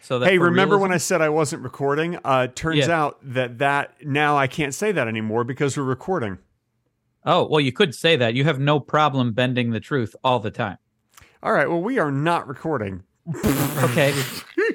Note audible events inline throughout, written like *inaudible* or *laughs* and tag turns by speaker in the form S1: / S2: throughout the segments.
S1: So that
S2: hey,
S1: for
S2: remember
S1: realism-
S2: when I said I wasn't recording? Uh, turns
S1: Yeah.
S2: out that that now I can't say that anymore because we're recording.
S1: Oh, well, you could say that. You have no problem bending the truth all the time.
S2: All right, well, we are not recording. *laughs*
S1: Okay. Oh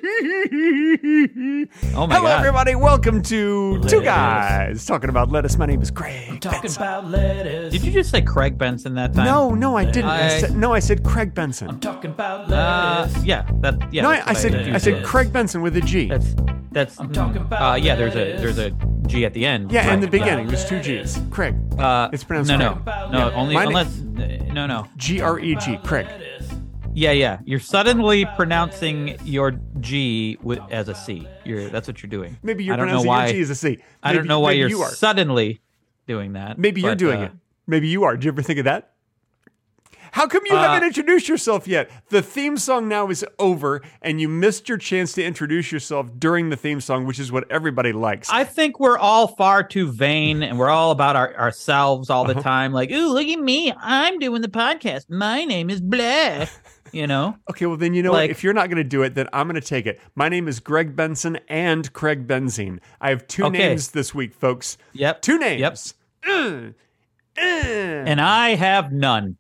S1: my
S2: Hello,
S1: god.
S2: everybody. Welcome to Two
S1: Lettuce.
S2: Guys Talking About Lettuce. My name is Craig.
S3: Talking about lettuce.
S1: Did you just say Craig Benson that time?
S2: No, no, I didn't. I
S1: I-
S2: said, no, I said Craig Benson.
S3: I'm talking about
S1: Uh,
S3: lettuce.
S1: yeah, that yeah.
S2: No,
S1: that's
S2: I, I
S1: what
S2: said
S1: did.
S2: I said Craig Benson with a G.
S1: That's that's.
S3: I'm
S1: mm,
S3: talking about
S1: Uh, yeah, there's a
S3: lettuce.
S1: there's a G at the end.
S2: yeah, in the
S1: Right.
S2: beginning, there's two G's. Craig.
S1: Uh,
S2: It's pronounced
S1: no,
S2: Craig.
S1: no, no. Only
S2: My na-
S1: unless uh, no, no.
S2: G R E G. Craig.
S3: Lettuce.
S1: Yeah, yeah. You're suddenly pronouncing your G wi- as a C. You're that's what you're doing.
S2: Maybe you're
S1: I don't know
S2: pronouncing
S1: why,
S2: your G as a C.
S1: I don't
S2: Maybe-
S1: know why
S2: maybe
S1: you're
S2: you are.
S1: suddenly doing that.
S2: Maybe you're
S1: but,
S2: doing
S1: uh,
S2: it. Maybe you are. Did you ever think of that? How come you
S1: Uh,
S2: haven't introduced yourself yet? The theme song now is over, and you missed your chance to introduce yourself during the theme song, which is what everybody likes.
S1: I think we're all far too
S2: *laughs*
S1: vain and we're all about our, ourselves all the
S2: Uh-huh.
S1: time. Like, ooh, look at me. I'm doing the podcast. My name is
S2: *laughs*
S1: blah. You know?
S2: okay, well, then you know what?
S1: Like-
S2: If you're not going to do it, then I'm going to take it. My name is Greg Benson and Craig Benzine. I have two
S1: Okay.
S2: names this week, folks.
S1: Yep.
S2: Two
S1: Yep.
S2: names. Uh, Ugh. Ugh.
S1: And I have none.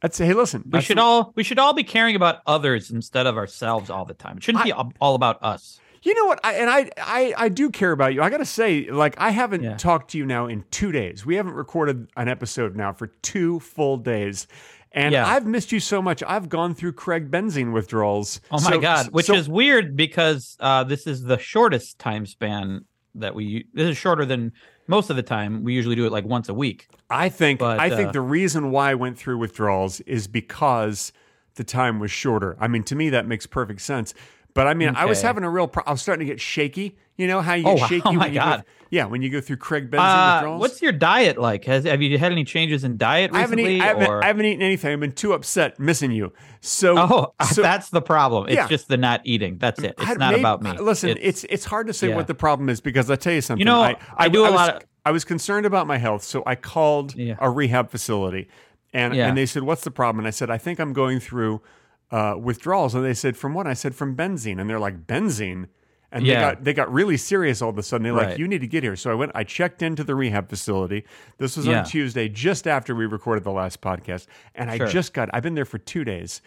S2: That's hey, listen.
S1: We
S2: that's-
S1: should all we should all be caring about others instead of ourselves all the time. It shouldn't be all all about us.
S2: You know what? I, and I, I, I do care about you. I got to say, like, I haven't
S1: Yeah.
S2: talked to you now in two days. We haven't recorded an episode now for two full days. And
S1: Yeah.
S2: I've missed you so much. I've gone through Craig benzene withdrawals.
S1: Oh my
S2: So-
S1: god, which
S2: so-
S1: is weird because uh, this is the shortest time span that we. This is shorter than most of the time. We usually do it like once a week.
S2: I think
S1: but,
S2: I think
S1: uh,
S2: the reason why I went through withdrawals is because the time was shorter. I mean, to me that makes perfect sense. But I mean, I was
S1: Okay.
S2: having a real. Pro- I was starting to get shaky. You know how you
S1: Oh, *laughs*
S2: get
S1: wow.
S2: shaky?
S1: Oh my
S2: when you
S1: God.
S2: Go, yeah, when you go through Craig benzene
S1: Uh,
S2: withdrawals.
S1: what's your diet like? Has have you had any changes in diet
S2: I haven't,
S1: recently?
S2: eaten, I, haven't,
S1: or-
S2: I haven't eaten anything. I've been too upset missing you. So,
S1: *laughs* oh, *laughs*
S2: so
S1: that's the problem. It's
S2: Yeah.
S1: just the not eating. That's it. It's
S2: I-
S1: not
S2: maybe-
S1: about me.
S2: Listen,
S1: It's-
S2: it's, it's hard to say
S1: yeah.
S2: what the problem is because I tell you something.
S1: know, I do a
S2: a
S1: lot
S2: Was,
S1: of-
S2: I was concerned about my health, so I called
S1: Yeah.
S2: a rehab facility, and
S1: Yeah.
S2: and they said, "What's the problem?" And I said, "I think I'm going through uh, withdrawals." And they said, "From what?" I said, "From benzene." And they're like, "Benzene." And they
S1: Yeah.
S2: got they got really serious all of a sudden. They're like,
S1: Right.
S2: "You need to get here." So I went. I checked into the rehab facility. This was
S1: Yeah.
S2: on Tuesday, just after we recorded the last podcast, and I
S1: Sure.
S2: just got. I've been there for two days.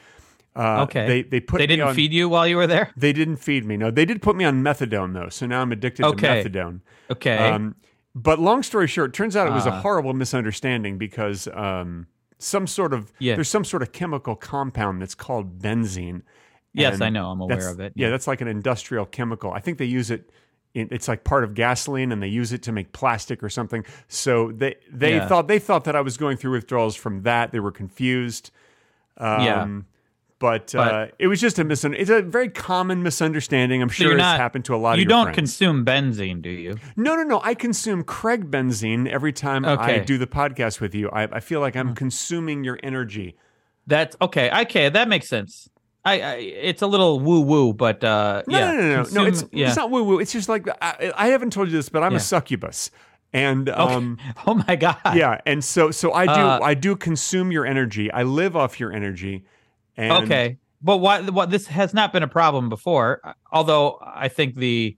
S2: Uh,
S1: okay.
S2: They they put
S1: they
S2: me
S1: didn't
S2: on,
S1: feed you while you were there.
S2: they didn't feed me. No, they did put me on methadone though, so now I'm addicted
S1: Okay.
S2: to methadone.
S1: Okay. Ah.
S2: Um, but long story short, turns out it was a horrible misunderstanding because um, some sort of
S1: Yeah.
S2: there's some sort of chemical compound that's called benzene.
S1: yes,
S2: and
S1: I know. I'm aware
S2: that's-
S1: of it.
S2: Yeah, that's like an industrial chemical. I think they use it. in- It's like part of gasoline, and they use it to make plastic or something. So they they
S1: Yeah.
S2: thought they thought that I was going through withdrawals from that. They were confused. Um,
S1: Yeah.
S2: But, uh, it was just a misun. It's a very common misunderstanding. I'm sure
S1: you're
S2: it's
S1: not-
S2: happened to a lot
S1: You
S2: of your
S1: don't
S2: friends.
S1: consume benzene, do you?
S2: no, no, no. I consume Craig benzene every time I
S1: Okay. Mm.
S2: do the podcast with you. I, I feel like I'm consuming your energy.
S1: That's okay. Okay, that makes sense. I, I it's a little woo woo, but uh,
S2: No,
S1: yeah,
S2: no, no, no, no.
S1: consume-
S2: It's,
S1: yeah.
S2: it's not woo woo. It's just like I, I haven't told you this, but I'm
S1: Yeah.
S2: a succubus, and
S1: Okay.
S2: um,
S1: *laughs* oh my god.
S2: yeah, and so so I do
S1: Uh,
S2: I do consume your energy. I live off your energy. And
S1: Okay, but why? What this has not been a problem before. uh, Although I think the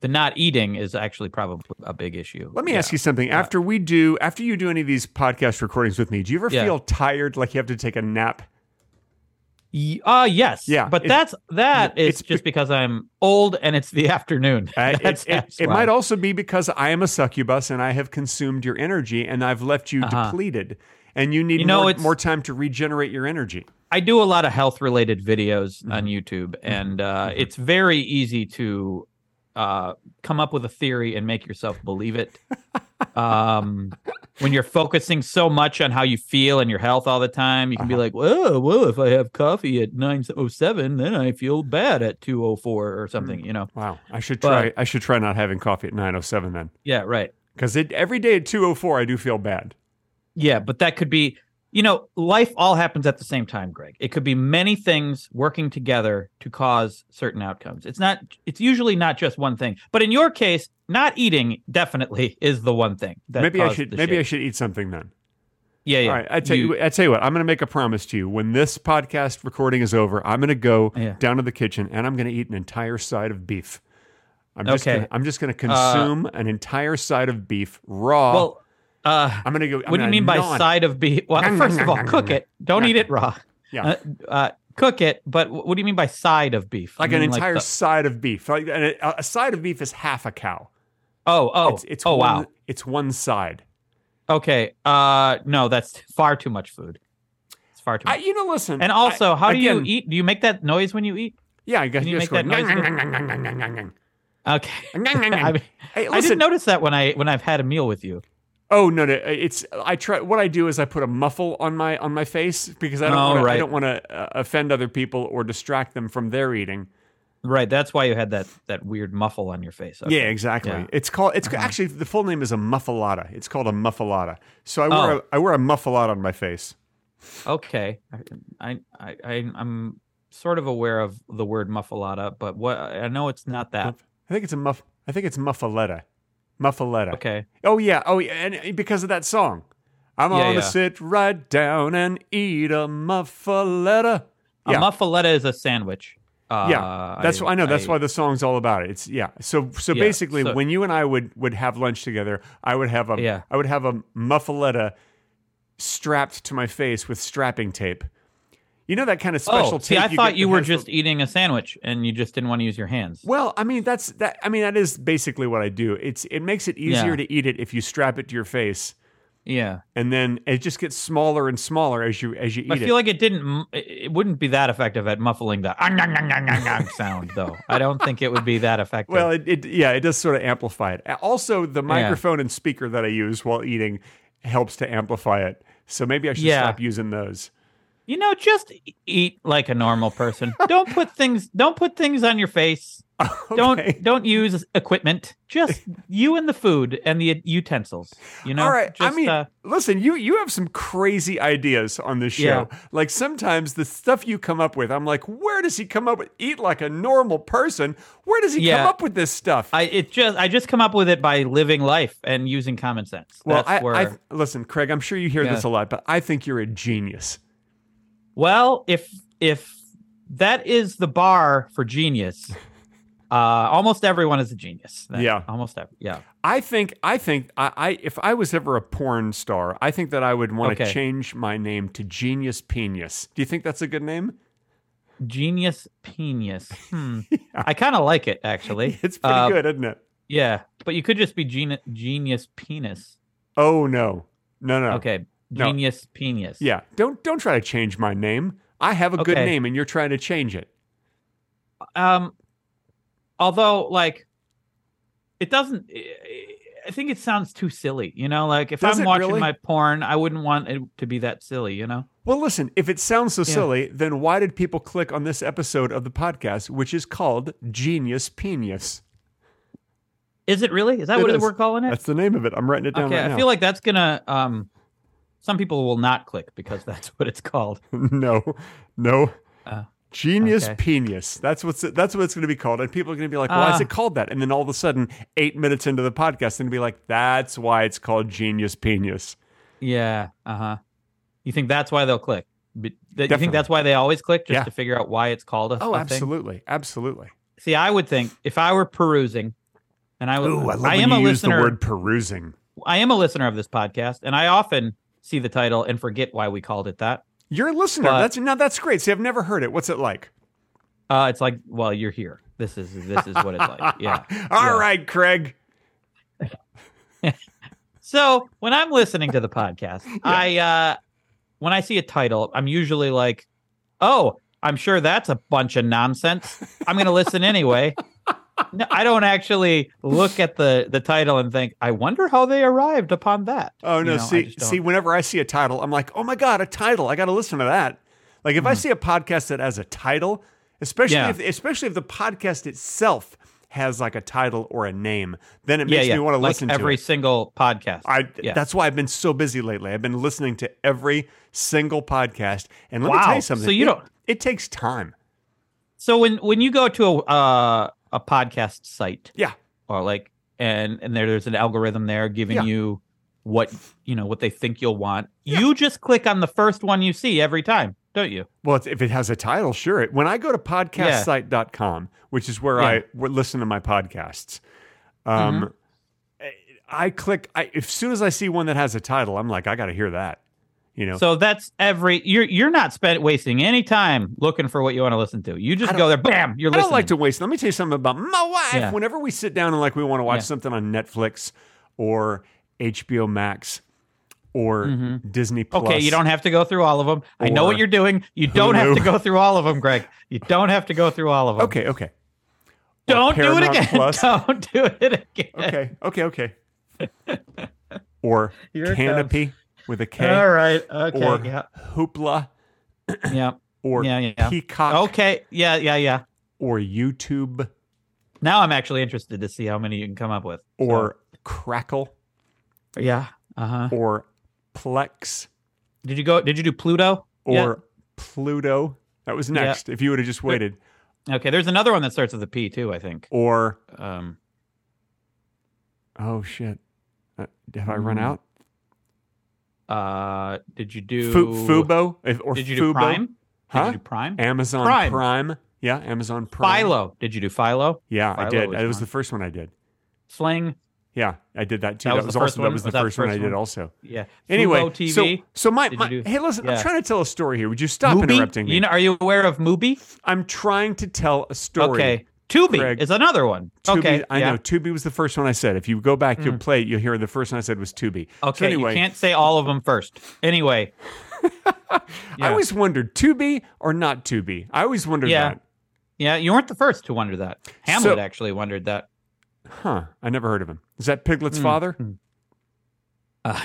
S1: the not eating is actually probably a big issue.
S2: Let me ask you something. After we do, after you do any of these podcast recordings with me, do you ever
S1: Yeah.
S2: feel tired, like you have to take
S1: *laughs*
S2: a nap?
S1: you. Uh yes.
S2: Yeah,
S1: But
S2: it-
S1: that's that is
S2: it's be-
S1: just because I'm old and it's the *laughs* afternoon.
S2: Uh, it-
S1: That's-
S2: it, it,
S1: that's why.
S2: might also be because I am a succubus and I have consumed your energy and I've left you depleted, and you need
S1: Uh-huh. You know,
S2: more,
S1: it's-
S2: more time to regenerate your energy.
S1: I do a lot of health related videos on YouTube, and uh, it's very easy to uh, come up with a theory and make yourself believe it. um, when you're focusing so much on how you feel and your health all the time, you can be like, "Whoa, whoa! If I have coffee at nine oh seven, then I feel bad at two oh four or something." You know?
S2: Wow, I should try.
S1: But-
S2: I should try not having coffee at nine oh seven then,
S1: Yeah, right.
S2: because every day at two oh four I do feel bad.
S1: Yeah, but that could be, you know, life all happens at the same time, Greg. It could be many things working together to cause certain outcomes. It's not, it's usually not just one thing. But in your case, not eating definitely *laughs* is the one thing. That
S2: maybe I
S1: caused
S2: should.
S1: the
S2: Maybe I
S1: shake.
S2: should eat something then.
S1: Yeah, yeah.
S2: All right, I tell you, I tell you what, I'm going to make a promise to you. When this podcast recording is over, I'm going to go
S1: Yeah.
S2: down to the kitchen and I'm going to eat an entire side of beef. I'm just
S1: Okay. Uh,
S2: gonna, I'm just going to consume an entire side of beef raw.
S1: Well, uh,
S2: I'm going to go. I'm
S1: what do you
S2: gonna
S1: mean by
S2: gnaw on it.
S1: side of beef? Well, first of all, cook it. Don't eat it raw.
S2: Yeah.
S1: Uh, uh, cook it, but wh- what do you mean by side of beef?
S2: Like
S1: You
S2: an
S1: mean
S2: entire
S1: the-
S2: side of beef. Like and a, a side of beef is half a cow.
S1: oh, oh,
S2: It's, it's
S1: oh,
S2: one-
S1: wow.
S2: It's one side.
S1: Okay. Uh, no, that's far too much food. It's far too
S2: I,
S1: much.
S2: you know, listen.
S1: and also,
S2: I-
S1: how do you
S2: again,
S1: eat? Do you make that noise when you eat?
S2: Yeah, I guess
S1: Can you make
S2: you're just going,
S1: that noise?
S2: "Nang, nang, nang, nang, nang, nang, nang."
S1: Okay. *laughs* I, mean,
S2: Hey,
S1: I didn't
S2: listen.
S1: notice that when I when I've had a meal with you.
S2: Oh no, no, it's I try. What I do is I put a muffle on my on my face because I don't
S1: Oh,
S2: wanna, I
S1: right.
S2: don't want to uh, offend other people or distract them from their eating.
S1: Right. That's why you had that that weird muffle on your face. Okay.
S2: Yeah, exactly.
S1: Yeah. Uh-huh.
S2: It's called. It's actually the full name is a muffalata. It's called a muffalata. So I wear
S1: Oh.
S2: a, I wear a muffalata on my face.
S1: Okay. I I, I I'm sort of aware of the word muffalata, but what I know it's not that.
S2: I think it's a muff. I think it's muffaletta. Muffaletta.
S1: Okay.
S2: Oh yeah. Oh yeah. And because of that song, I'm
S1: Yeah,
S2: gonna
S1: yeah.
S2: sit right down and eat a muffaletta.
S1: A
S2: Yeah.
S1: muffaletta is a sandwich. Uh,
S2: Yeah, that's why I know. That's why the song's all about it. It's yeah. So so
S1: Yeah,
S2: basically,
S1: so-
S2: when you and I would would have lunch together, I would have a
S1: Yeah.
S2: I would have a muffaletta strapped to my face with strapping tape. You know that kind of special
S1: Oh,
S2: tape.
S1: see, I thought
S2: get
S1: you
S2: that
S1: were
S2: has the-
S1: just eating a sandwich and you just didn't want to use your hands.
S2: well, I mean that's that. I mean that is basically what I do. It's it makes it easier
S1: Yeah.
S2: to eat it if you strap it to your face,
S1: Yeah.
S2: and then it just gets smaller and smaller as you as you eat
S1: I
S2: it.
S1: feel like it didn't. m- It it wouldn't be that effective at muffling the "ang, ang, ang, ang, ang, ang" sound, though. I don't think it would be that effective.
S2: Well, it, it yeah, it does sort of amplify it. Also, the microphone and speaker that I use while eating helps to amplify it. So maybe I should
S1: Yeah.
S2: stop using those.
S1: you know, just e- eat like a normal
S2: *laughs*
S1: person. don't put things. Don't put things on your face.
S2: Okay.
S1: Don't don't use equipment. Just you and the food and the utensils. You know.
S2: All right.
S1: Just,
S2: I mean,
S1: uh,
S2: listen, you you have some crazy ideas on this show. Like sometimes the stuff you come up with, I'm like, where does he come up with eat like a normal person? Where does he come
S1: Yeah.
S2: up with this stuff?
S1: I it just I just come up with it by living life and using common sense.
S2: well,
S1: That's
S2: I,
S1: where.
S2: I listen, Craig. I'm sure you hear this a
S1: Yeah.
S2: lot, but I think you're a genius.
S1: Well, if if that is the bar for
S2: *laughs*
S1: genius, uh, almost everyone is a genius. then.
S2: Yeah.
S1: almost every, yeah.
S2: I think I think I, I if I was ever a porn star, I think that I would want to
S1: Okay.
S2: change my name to Genius Penis. Do you think that's a good name?
S1: Genius penis.
S2: *laughs*
S1: Hmm. I kind of like it actually.
S2: It's pretty
S1: Uh,
S2: good, isn't it?
S1: Yeah, but you could just be geni- genius penis.
S2: Oh no, no, no.
S1: Okay,
S2: No.
S1: genius penis.
S2: Yeah, don't don't try to change my name. I have a good
S1: Okay.
S2: name, and you're trying to change it.
S1: Um, although like, it doesn't. I- I think it sounds too silly. You know, like if
S2: Does
S1: I'm
S2: it
S1: watching
S2: really?
S1: my porn, I wouldn't want it to be that silly. You know.
S2: Well, listen, if it sounds so
S1: Yeah.
S2: silly, then why did people click on this episode of the podcast, which is called Genius Penis?
S1: Is it really? Is that
S2: It
S1: what
S2: is.
S1: we're calling it?
S2: That's the name of it. I'm writing it down
S1: okay,
S2: right now.
S1: I feel like that's gonna. Um, some people will not click because *laughs* that's what it's called.
S2: *laughs* no, no.
S1: Uh,
S2: Genius
S1: okay.
S2: penis. That's what's that's what it's going to be called, and people are going to be like, "Why is
S1: Ah.
S2: it called that?" And then all of a sudden, eight minutes into the podcast, and be like, "That's why it's called genius penis."
S1: Yeah. Uh huh. You think that's why they'll click? But that, you
S2: uh-huh. Definitely.
S1: think that's why they always click just
S2: Yeah.
S1: to figure out why it's called a,
S2: Oh,
S1: a thing?
S2: absolutely, absolutely.
S1: See, I would think if I were perusing, and I, was,
S2: Ooh, I love
S1: I
S2: when
S1: am
S2: you
S1: a
S2: use
S1: listener.
S2: the word perusing.
S1: I am a listener of this podcast, and I often see the title and forget why we called it that.
S2: You're a listener.
S1: But-
S2: that's now that's great. See, I've never heard it. What's it like?
S1: Uh, it's like, well, you're here. This is this is what it's
S2: Uh,
S1: like. Yeah.
S2: *laughs* All right,
S1: Yeah.
S2: Craig.
S1: So when I'm listening to the
S2: *laughs*
S1: podcast, I uh when I see a title, I'm usually like, "Oh, I'm sure that's a bunch of nonsense. I'm going to listen anyway." No, I don't actually look at the the title and think, "I wonder how they arrived upon that."
S2: Oh
S1: You
S2: no,
S1: know, I
S2: see,
S1: just don't.
S2: see, whenever I see a title, I'm like, "Oh my god, a title! I got to listen to that." Like if I see a podcast that has a title, especially
S1: Hmm. Yeah.
S2: if especially if the podcast itself has like a title or a name, then it
S1: yeah,
S2: makes
S1: yeah.
S2: me want to
S1: like
S2: listen
S1: every
S2: to it.
S1: single podcast.
S2: I
S1: yeah.
S2: that's why I've been so busy lately. I've been listening to every single podcast, and let me
S1: Wow.
S2: tell you something.
S1: So you
S2: it-
S1: don't-
S2: It takes time.
S1: so when when you go to a uh, a podcast site
S2: Yeah.
S1: or like and and there, there's an algorithm there giving
S2: Yeah.
S1: you what you know what they think you'll want. You just click on the first one you see every time, don't you?
S2: Well, it's, if it has a title, sure. It, when I go to podcastsite.com, which is where I
S1: Yeah. Mm-hmm.
S2: w- listen to my podcasts, um, I, I click. I, as soon as I see one that has a title, I'm like, I got to hear that. You know,
S1: So that's every you're you're not spent wasting any time looking for what you want to listen to. You just go there, bam, you're
S2: I
S1: listening.
S2: don't like to waste. Let me tell you something about my wife.
S1: Yeah.
S2: Whenever we sit down and like we want to watch
S1: Yeah.
S2: something on Netflix or HBO Max or Disney Plus,
S1: Mm-hmm. Okay, you don't have to go through all of them. I know
S2: Or
S1: what you're doing. You don't have to
S2: Hulu.
S1: go through all of them, Greg. You don't have to go through all of them.
S2: Okay, okay,
S1: Don't do it
S2: Paramount
S1: again. *laughs*
S2: Plus.
S1: Don't do it again.
S2: okay, okay, okay.
S1: *laughs*
S2: or
S1: Here it
S2: Canopy with a K,
S1: All right. Okay.
S2: or
S1: yeah.
S2: Hoopla,
S1: Yeah.
S2: or
S1: Yeah, yeah, yeah.
S2: Peacock,
S1: Okay. Yeah. Yeah. Yeah.
S2: or YouTube,
S1: Now I'm actually interested to see how many you can come up with. So,
S2: or Crackle,
S1: yeah. Uh huh.
S2: or Plex,
S1: Did you go? Did you do Pluto?
S2: or
S1: Yeah.
S2: Pluto. That was next. If you would have just waited,
S1: Okay. There's another one that starts with a P too. I think.
S2: or
S1: Um.
S2: oh shit, uh, have I run out?
S1: Uh. Did you do?
S2: Fu- Fubo if- or
S1: Did you
S2: Fubo.
S1: do Prime?
S2: Huh?
S1: Did you do Prime?
S2: Amazon Prime.
S1: Prime.
S2: Yeah, Amazon Prime.
S1: Philo. Did you do Philo?
S2: Yeah,
S1: Philo
S2: I did.
S1: was
S2: That was
S1: one.
S2: the first one I did.
S1: Slang.
S2: Yeah, I did that too.
S1: That
S2: That,
S1: was
S2: was
S1: the first
S2: also that
S1: one?
S2: was the
S1: Was that the
S2: first one I
S1: first
S2: did
S1: one?
S2: also.
S1: Yeah.
S2: Anyway,
S1: Fubo TV.
S2: so so my,
S1: Did
S2: my
S1: you do-
S2: hey, listen, I'm
S1: yeah.
S2: trying to tell a story here. Would you stop
S1: Mubi?
S2: interrupting me?
S1: You know, are you aware of Mubi?
S2: I'm trying to tell a story.
S1: Okay. Tubi
S2: Craig.
S1: is another one.
S2: Tubi,
S1: okay.
S2: I
S1: yeah. Mm.
S2: know Tubi was the first one I said. If you go back, you'll play. it, You'll hear the first one I said was Tubi. So
S1: Okay.
S2: anyway,
S1: You can't say all of them first. Anyway.
S2: I
S1: yeah.
S2: always wondered Tubi or not Tubi. I always wondered
S1: Yeah.
S2: that.
S1: Yeah. You weren't the first to wonder that. Hamlet
S2: So-
S1: actually wondered that.
S2: Huh? I never heard of him. Is that
S1: Mm.
S2: Piglet's father?
S1: Uh,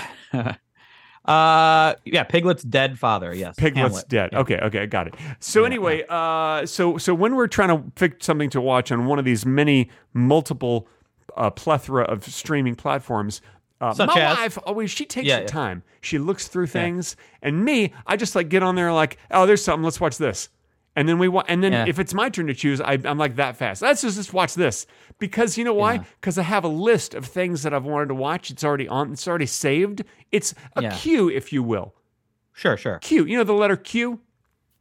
S1: uh, yeah. Piglet's dead father. Yes.
S2: Piglet's
S1: Hamlet.
S2: dead. Okay, okay, I got it. So anyway, uh, so so when we're trying to pick something to watch on one of these many multiple uh, plethora of streaming platforms, uh,
S1: Such
S2: my
S1: as?
S2: wife always she takes
S1: Yeah,
S2: her
S1: yeah.
S2: time. She looks through things, and me, I just like get on there like, oh, there's something. Let's watch this. And then we wa- and then
S1: Yeah.
S2: if it's my turn to choose, I, I'm like that fast. Let's just, just watch this because you know why? Because I have a list of things that I've wanted to watch. It's already on. It's already saved. It's a
S1: Yeah.
S2: queue, if you will.
S1: Sure. Sure.
S2: Q. You know the letter Q.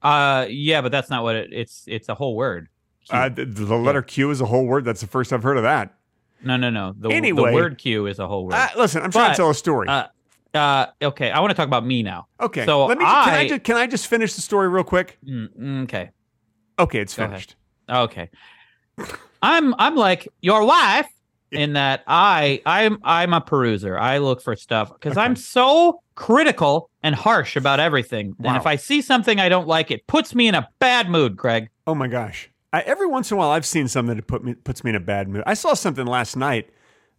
S1: Uh, yeah, but that's not what it, it's. It's a whole word.
S2: Uh, the, the letter Q is a whole word. That's the first I've heard of that.
S1: No, no, no. The,
S2: Anyway. Ah.
S1: the word "queue" is a whole word.
S2: Uh, listen, I'm trying to
S1: But,
S2: tell a story.
S1: uh, uh, okay, I want to talk about me now.
S2: okay.
S1: so
S2: Let me, can, I
S1: I-
S2: just, can I just finish the story real quick?
S1: Mm, okay,
S2: Okay, it's
S1: Go ahead.
S2: finished.
S1: okay. I'm I'm like your wife in that I I'm I'm a peruser. I look for stuff because I'm so critical and harsh about everything.
S2: Wow.
S1: And if I see something I don't like, it puts me in a bad mood, Greg.
S2: Oh my gosh. I, every once in a while, I've seen something that put me, puts me in a bad mood. I saw something last night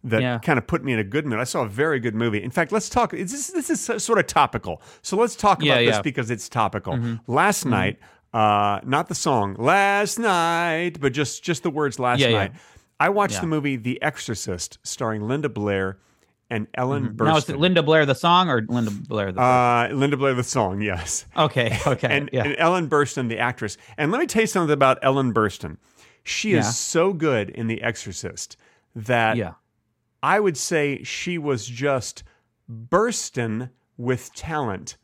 S2: that
S1: Yeah.
S2: kind of put me in a good mood. I saw a very good movie. In fact, let's talk. It's, this, this is so- sort of topical. So let's talk
S1: Yeah,
S2: about this
S1: yeah. Mm-hmm.
S2: because it's topical. Last night, uh, not the song, last night, but just, just the words last
S1: Yeah, yeah.
S2: night. I watched
S1: Yeah.
S2: the movie The Exorcist starring Linda Blair and Ellen Burstyn.
S1: Mm-hmm. Now is it Linda Blair the song or Linda Blair the
S2: uh, Linda Blair, the song, *laughs* yes
S1: okay okay
S2: and,
S1: yeah
S2: and Ellen Burstyn, the actress. And let me tell you something about Ellen Burstyn. She
S1: Yeah.
S2: is so good in The Exorcist that
S1: yeah
S2: I would say she was just bursting with talent.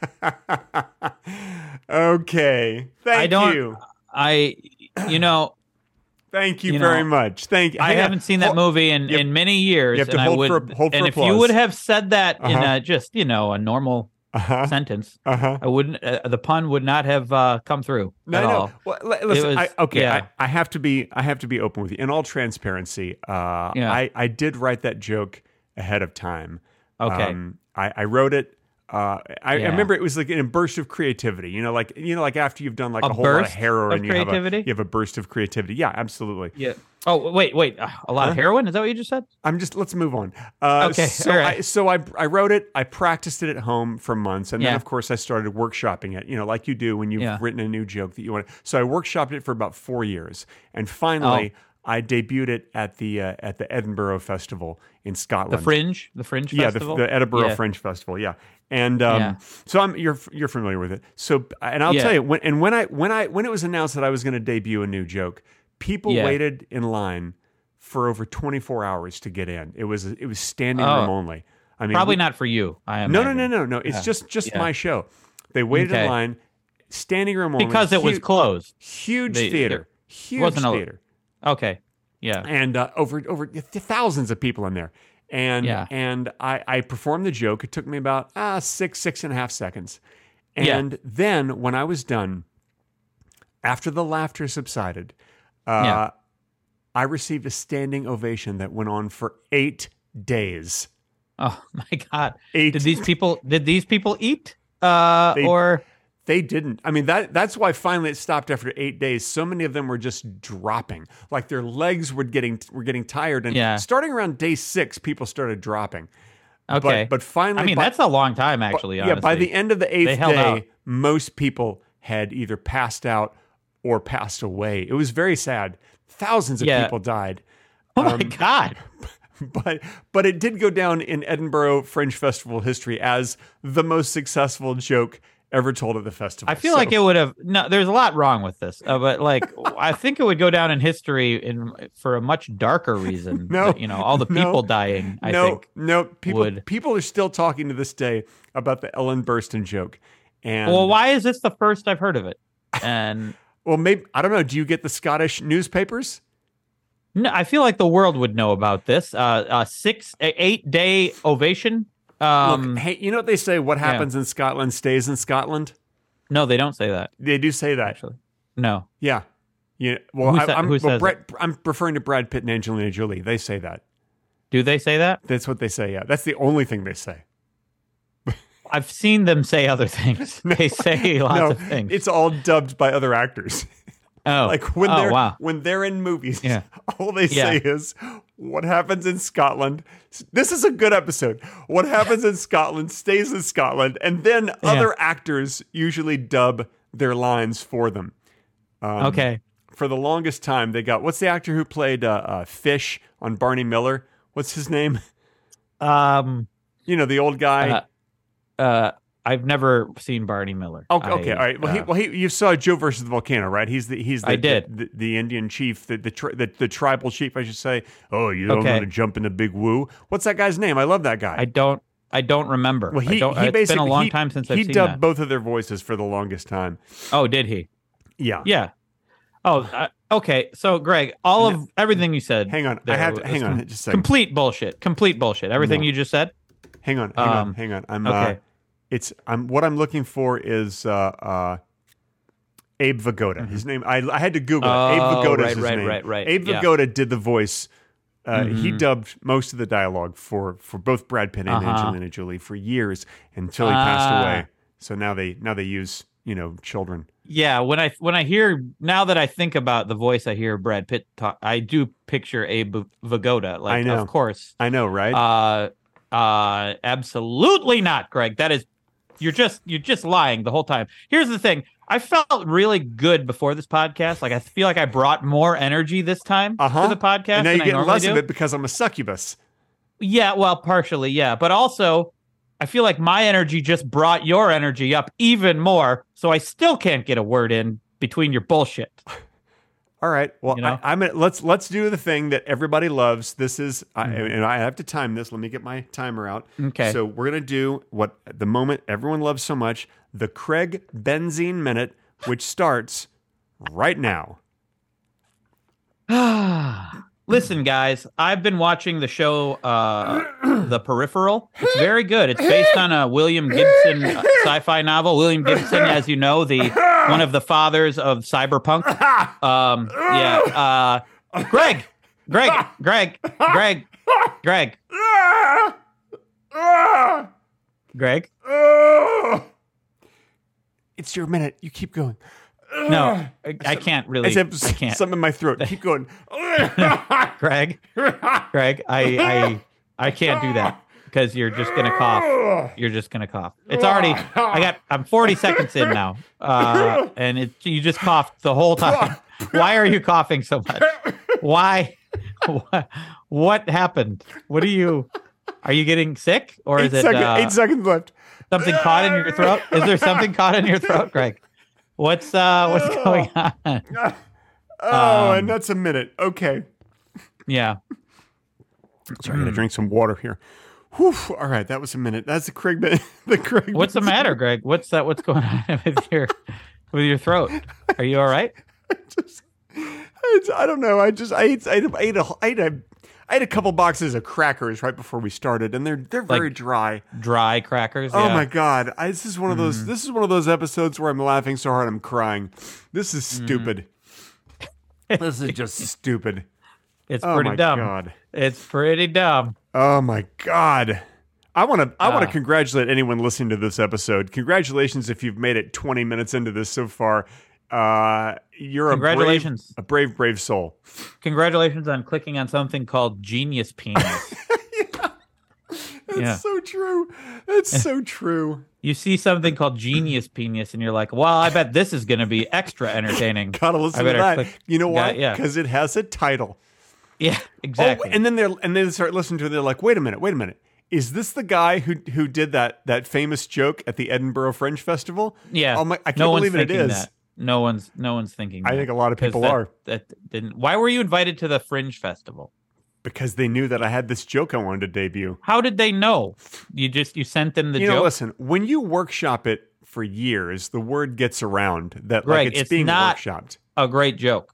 S2: *laughs* okay. Thank
S1: I don't
S2: you.
S1: I you know
S2: *clears throat* Thank you,
S1: you know,
S2: very much. Thank
S1: I
S2: hang on.
S1: haven't seen that
S2: Hold-
S1: movie in,
S2: you have-
S1: in many years.
S2: you have to
S1: and I
S2: hold
S1: would,
S2: for- hold for
S1: And if
S2: applause.
S1: you would have said that in
S2: Uh-huh.
S1: a just you know a normal
S2: Uh-huh.
S1: sentence,
S2: Uh-huh.
S1: I wouldn't. Uh, the pun would not have uh, come through
S2: No,
S1: at
S2: no.
S1: all.
S2: Well, li- listen,
S1: was-
S2: I, okay,
S1: yeah.
S2: I, I have to be, I have to be open with you. In all transparency, uh,
S1: Yeah.
S2: I, I did write that joke ahead of time.
S1: Okay.
S2: um, I, I wrote it. Uh, I, I
S1: Yeah.
S2: remember it was like in a burst of creativity. You know, like you know, like after you've done like a,
S1: A
S2: whole lot of
S1: burst
S2: heroin,
S1: of
S2: you have a
S1: creativity?
S2: you have a burst of creativity. Yeah, absolutely.
S1: Yeah. Oh wait, wait. Uh, a
S2: Uh-huh.
S1: lot of heroin? Is that what you just said?
S2: I'm just let's move on. Uh,
S1: Okay,
S2: so
S1: all right.
S2: I so I I wrote it. I practiced it at home for months, and then
S1: Yeah.
S2: of course I started workshopping it. You know, like you do when you've
S1: Yeah.
S2: written a new joke that you want. So I workshopped it for about four years, and
S1: Oh.
S2: finally I debuted it at the uh, at the Edinburgh Festival in
S1: The
S2: Scotland.
S1: Fringe, the Fringe
S2: yeah, the,
S1: festival.
S2: the Edinburgh
S1: Yeah.
S2: Fringe Festival. Yeah, and um,
S1: Yeah.
S2: so I'm you're you're familiar with it. So and I'll
S1: Yeah.
S2: tell you when and when I when I when it was announced that I was going to debut a new joke, people
S1: Yeah.
S2: waited in line for over 24 hours to get in. It was it was standing
S1: Oh.
S2: room only. I mean,
S1: Probably not for you. I am
S2: No, no, no, no, no. It's just just
S1: Yeah.
S2: my show. They waited
S1: Okay.
S2: in line, standing room only
S1: because it was
S2: huge-
S1: closed.
S2: huge
S1: They-
S2: theater, huge
S1: wasn't a-
S2: theater,
S1: Okay. Yeah.
S2: and uh, over over th- thousands of people in there. And
S1: Yeah.
S2: and I, I performed the joke. It took me about ah six six and a half seconds,
S1: Yeah.
S2: and then when I was done, after the laughter subsided, uh,
S1: Yeah.
S2: I received a standing ovation that went on for eight days.
S1: *laughs* Oh my god.
S2: Eight
S1: Did these people did these people eat? Uh
S2: They-
S1: or
S2: They didn't. I mean that that's why finally it stopped after 8 days. So many of them were just dropping. Like their legs were getting were getting tired and
S1: Yeah.
S2: starting around day 6 people started dropping.
S1: okay.
S2: But but finally
S1: I mean
S2: by,
S1: that's a long time actually,
S2: yeah, by
S1: honestly.
S2: the end of the 8th
S1: held
S2: day
S1: out.
S2: most people had either passed out or passed away. It was very sad. Thousands of
S1: Yeah.
S2: people died.
S1: *laughs*
S2: *laughs*
S1: Oh my
S2: um,
S1: god.
S2: But but it did go down in Edinburgh Fringe Festival history as the most successful joke ever told at the festival.
S1: I feel
S2: So-
S1: like it would have no. There's a lot wrong with this, uh, but like I think it would go down in history in for a much darker
S2: *laughs*
S1: reason.
S2: No,
S1: that, you know, all the
S2: no,
S1: people dying. I
S2: no,
S1: think.
S2: no. People,
S1: would.
S2: people are still talking to this day about the Ellen Burstyn joke. And
S1: Well, why is this the first I've heard of it? And
S2: Well, maybe I don't know. Do you get the Scottish newspapers?
S1: no, I feel like the world would know about this. Uh, uh six, a- eight day ovation. Um,
S2: Look, hey, you know what they say? What happens in Scotland stays in Scotland.
S1: no, they don't say that
S2: They do say that.
S1: actually. No,
S2: Yeah. Yeah. Well,
S1: Who
S2: I,
S1: sa-
S2: I'm,
S1: who says
S2: well, Brett, I'm referring to Brad Pitt and Angelina Jolie. They say that.
S1: do they say that?
S2: That's what they say. Yeah. That's the only thing they say.
S1: I've seen them say other *laughs* things. They say lots
S2: no,
S1: of things.
S2: it's all dubbed by other actors. *laughs*
S1: oh,
S2: Like when
S1: oh,
S2: they're *laughs*
S1: wow.
S2: when they're in movies,
S1: Yeah.
S2: *laughs* all they
S1: Yeah.
S2: say is what happens in Scotland. This is a good episode. What happens in Scotland stays in Scotland, and then other actors usually dub their lines for them. Um,
S1: okay.
S2: For the longest time, they got what's the actor who played uh, uh, Fish on Barney Miller? What's his name? *laughs*
S1: Um.
S2: You know the old guy.
S1: Uh, uh, I've never seen Barney Miller.
S2: Okay,
S1: I,
S2: Oh, okay, all right. Well, he,
S1: uh,
S2: well, he, you saw Joe versus the volcano, right? He's the he's the,
S1: I did.
S2: the, the Indian chief, the the, tri- the the tribal chief, I should say. Oh, you don't
S1: Okay.
S2: want to jump in the big woo. What's that guy's name? I love that guy.
S1: I don't. I don't remember.
S2: well,
S1: I
S2: he,
S1: don't,
S2: he
S1: it's
S2: basically
S1: been a long
S2: he-
S1: time since
S2: he
S1: I've seen
S2: dubbed
S1: that.
S2: both of their voices for the longest time.
S1: oh, did he?
S2: Yeah,
S1: Yeah. Oh, I, okay. So, Greg, all of everything you said.
S2: Hang on, I
S1: there
S2: have to
S1: was
S2: hang on
S1: com-
S2: just a second.
S1: Complete bullshit. Complete bullshit. Everything you just said.
S2: Hang on, hang on,
S1: Um,
S2: hang on. I'm uh,
S1: okay.
S2: it's I'm what I'm looking for is uh, uh, Abe Vigoda. His name I, I had to Google it. Abe
S1: Mm-hmm. Oh,
S2: Vigoda is
S1: right,
S2: his
S1: right,
S2: name.
S1: right, right.
S2: Abe
S1: Yeah. Mm-hmm.
S2: Vigoda did the voice. Uh, He dubbed most of the dialogue for for both Brad Pitt and Angelina Jolie for years until he
S1: Uh-huh. Ah.
S2: passed away. So now they now they use you know children.
S1: Yeah. When I when I hear now that I think about the voice, I hear Brad Pitt talk. I do picture Abe Vigoda. Like,
S2: I know.
S1: of course.
S2: I know, right?
S1: Uh, uh, absolutely not, Greg. That is, you're just you're just lying the whole time. Here's the thing: I felt really good before this podcast. Like I feel like I brought more energy this time
S2: Uh-huh.
S1: to the podcast. than
S2: and now you're
S1: I
S2: getting
S1: normally
S2: less
S1: do.
S2: of it because I'm a succubus.
S1: Yeah, well, partially, yeah, but also. I feel like my energy just brought your energy up even more, so I still can't get a word in between your bullshit.
S2: All right. Well,
S1: You know?
S2: I, I'm gonna, let's let's do the thing that everybody loves. This is, I, and I have to time this. Let me get my timer out.
S1: Mm-hmm. Okay.
S2: So we're gonna do what at the moment everyone loves so much: the Craig Benzene Minute, which starts right now.
S1: *sighs* Listen, guys, I've been watching the show uh, The Peripheral. It's very good. It's based on a William Gibson uh, sci-fi novel. William Gibson, as you know, the one of the fathers of cyberpunk. Um, yeah. Uh, Greg, Greg, Greg, Greg, Greg, Greg.
S2: *laughs* It's your minute. You keep going.
S1: No, I, I can't really.
S2: It's
S1: I
S2: have
S1: can't.
S2: something in my throat.
S1: *laughs*
S2: Keep going. *laughs*
S1: Greg, Greg, I, I, I can't do that because you're just gonna cough. You're just gonna cough. It's already. I got. I'm 40 seconds in now, uh, and it, you just coughed the whole time. Why are you coughing so much? Why? What, what happened? What are you? Are you getting sick, or
S2: Eight
S1: is it
S2: second-
S1: uh,
S2: eight seconds left.
S1: something caught in your throat? Is there something caught in your throat, Greg? What's uh, what's going on? um,
S2: Oh, and that's a minute. Okay.
S1: Yeah.
S2: Sorry,
S1: Mm.
S2: I gotta drink some water here. Whew, all right, that was a minute. That's the Craig. Ben- *laughs* The Craig.
S1: What's the matter, Greg? What's that? What's going on *laughs* with your with your throat? Are you all right?
S2: just, I, just- I don't know. I just I ate I ate, a- I ate a I ate a I ate a couple boxes of crackers right before we started, and they're they're very
S1: Like-
S2: dry.
S1: Dry crackers.
S2: Oh
S1: yeah. Mm.
S2: my god! I, this is one of those. This is one of those episodes where I'm laughing so hard I'm crying. This is
S1: Mm. *laughs*
S2: stupid. this is just stupid.
S1: It's
S2: Oh
S1: pretty
S2: my
S1: dumb.
S2: god!
S1: It's pretty dumb.
S2: Oh my god! I want to. I want
S1: Ah.
S2: to congratulate anyone listening to this episode. Congratulations if you've made it 20 minutes into this so far. Uh, you're a brave,
S1: Congratulations.
S2: a brave, brave soul.
S1: Congratulations on clicking on something called genius
S2: *laughs*
S1: penis.
S2: That's
S1: Yeah. Eh.
S2: so true. That's so true.
S1: you see something called genius penis and you're like, well, I bet this is going to be extra
S2: *laughs*
S1: entertaining.
S2: Gotta listen to
S1: better
S2: that.
S1: click-
S2: You know why?
S1: Got- yeah.
S2: Because it has a title.
S1: Yeah, exactly.
S2: Oh, and then they're and then they start listening to it. They're like, wait a minute, wait a minute. Is this the guy who who did that that famous joke at the Edinburgh Fringe Festival?
S1: yeah.
S2: Oh my, I can't
S1: no one's
S2: believe it, it
S1: thinking
S2: is.
S1: That. No one's no one's thinking.
S2: I
S1: that.
S2: think a lot of
S1: 'Cause
S2: people
S1: that-
S2: are.
S1: That didn't. Why were you invited to the Fringe Festival?
S2: Because they knew that I had this joke I wanted to debut.
S1: How did they know? You just you sent them the
S2: you
S1: joke.
S2: know, listen, when you workshop it for years, the word gets around that
S1: Greg,
S2: like it's,
S1: it's
S2: being
S1: not-
S2: workshopped.
S1: a great joke.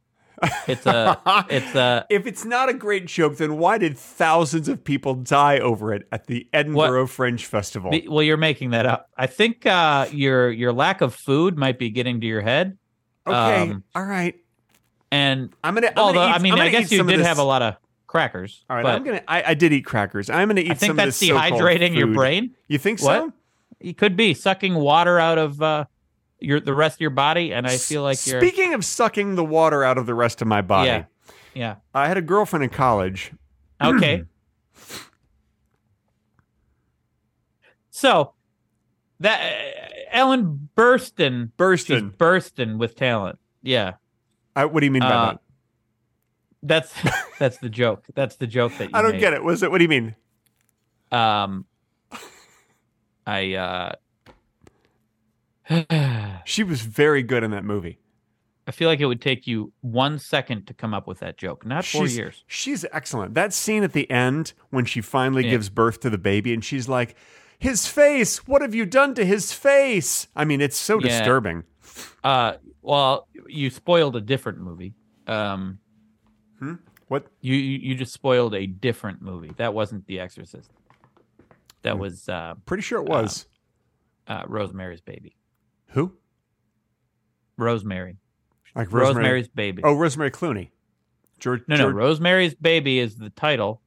S1: It's
S2: *laughs*
S1: a it's a
S2: If it's not a great joke, then why did thousands of people die over it at the Edinburgh Fringe Festival?
S1: be- well you're making that up. I think uh your your lack of food might be getting to your head.
S2: okay,
S1: um,
S2: all right.
S1: And
S2: I'm gonna. I'm gonna
S1: although
S2: eat-
S1: I mean
S2: I'm
S1: I
S2: gonna
S1: guess
S2: eat
S1: you
S2: some of
S1: did
S2: this-
S1: have a lot of crackers.
S2: All right,
S1: but
S2: I'm gonna. I, I did eat crackers. I'm gonna eat
S1: I think
S2: some
S1: that's
S2: of this so-called
S1: dehydrating your
S2: food.
S1: brain.
S2: You think so?
S1: What? It could be sucking water out of uh your the rest of your body and I feel like you're
S2: Speaking of sucking the water out of the rest of my body,
S1: Yeah. yeah.
S2: I had a girlfriend in college.
S1: *clears throat* Okay. so that uh, Ellen Burstyn, she's
S2: Burston.
S1: bursting with talent. Yeah,
S2: I, what do you mean by
S1: Uh,
S2: that?
S1: that's *laughs* that's the joke. That's the joke that you
S2: I don't get it. Was it? What do you mean?
S1: it. Um, I uh, *sighs* I
S2: She was very good in that movie.
S1: feel like it would take you one second to come up with that joke. Not four
S2: she's,
S1: years.
S2: She's excellent. That scene at the end when she finally
S1: Yeah.
S2: gives birth to the baby, and she's like, "His face! What have you done to his face?" I mean, it's so
S1: Yeah.
S2: disturbing.
S1: Uh, well, you spoiled a different movie. Um,
S2: What?
S1: You you you just spoiled a different movie. That wasn't The Exorcist. That
S2: Hmm.
S1: was uh,
S2: Pretty sure it was
S1: uh, Rosemary's Baby.
S2: who?
S1: Rosemary.
S2: Like Rosemary?
S1: Rosemary's Baby.
S2: Oh, Rosemary Clooney. George.
S1: no, no.
S2: George-
S1: Rosemary's Baby is the title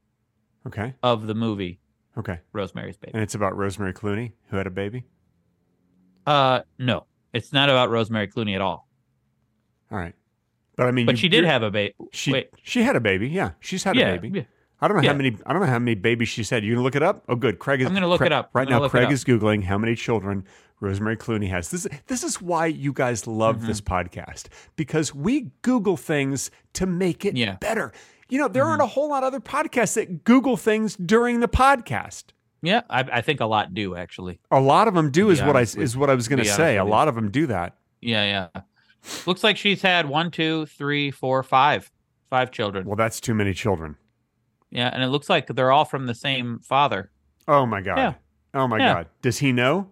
S2: okay.
S1: of the movie
S2: Okay.
S1: Rosemary's Baby.
S2: And it's about Rosemary Clooney who had a baby.
S1: Uh, no, it's not about Rosemary Clooney at all.
S2: All right. But I mean,
S1: But
S2: you-
S1: she did
S2: you're-
S1: have a baby.
S2: She
S1: Wait,
S2: she had a baby. Yeah, she's had
S1: yeah,
S2: a baby.
S1: yeah.
S2: I don't know
S1: Yeah.
S2: how many. I don't know how many babies she's had. You gonna look it up? Oh, good. Craig is.
S1: I'm gonna look
S2: Craig-
S1: it up. I'm
S2: right
S1: gonna
S2: now.
S1: look it
S2: Craig
S1: up.
S2: is googling how many children Rosemary Clooney has. This this is why you guys love this
S1: Mm-hmm.
S2: podcast because we Google things to make it
S1: Yeah. Mm-hmm.
S2: better. You know, there aren't a whole lot of other podcasts that Google things during the podcast.
S1: yeah. I, I think a lot do actually.
S2: A lot of them do is what I
S1: honest with-
S2: is what I was going to
S1: be honest
S2: say. A
S1: with you.
S2: lot of them do that.
S1: Yeah, yeah. Looks like she's had one, two, three, four, five, five children.
S2: Well, that's too many children.
S1: Yeah, and it looks like they're all from the same father.
S2: Oh my god.
S1: Yeah.
S2: Oh my
S1: Yeah.
S2: god. Does he know?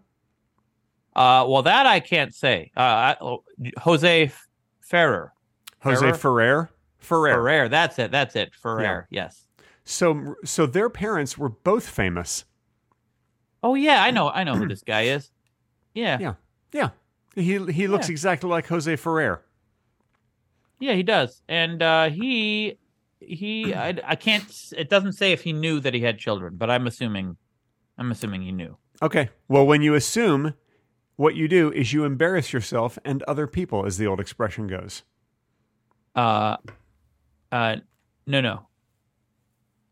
S1: Uh, well, that I can't say. Uh, I, oh, Jose F- Ferrer.
S2: Jose
S1: Ferrer?
S2: Ferrer. Ferrer.
S1: Ferrer. That's it. That's it. Ferrer. Yes.
S2: So so their parents were both famous.
S1: Oh yeah, I know. I
S2: *clears throat*
S1: know who this guy is. Yeah. Yeah,
S2: Yeah. Yeah. He he looks exactly like Jose Ferrer.
S1: he does. And uh, he he I, I can't. s- It doesn't say if he knew that he had children, but I'm assuming I'm assuming he knew.
S2: Okay. Well, when you assume, what you do is you embarrass yourself and other people, as the old expression goes.
S1: Uh, uh, no, no,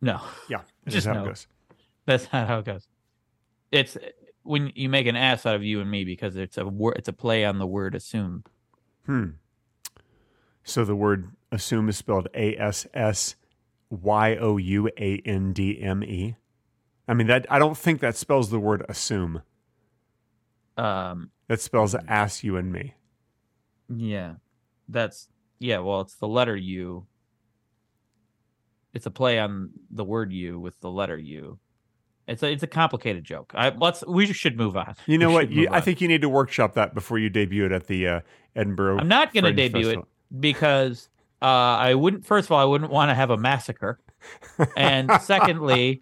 S1: no. *laughs*
S2: Yeah. This
S1: Just
S2: is how
S1: no.
S2: it goes.
S1: That's not how it goes. It's when you make an ass out of you and me because it's a wor- it's a play on the word assume.
S2: Hmm. So the word assume is spelled A S S Y O U A N D M E. I mean that I don't think that spells the word assume.
S1: Um,
S2: That spells ass you and me.
S1: Yeah. That's yeah, well, it's the letter U. It's a play on the word "you" with the letter "u." It's a it's a complicated joke. I, let's we should move on.
S2: You know
S1: We
S2: what?
S1: should
S2: You,
S1: move
S2: I
S1: on.
S2: think you need to workshop that before you debut it at the uh, Edinburgh.
S1: I'm not going to
S2: Fringe
S1: debut
S2: Festival.
S1: it because uh, I wouldn't. First of all, I wouldn't want to have a massacre,
S2: *laughs*
S1: and secondly,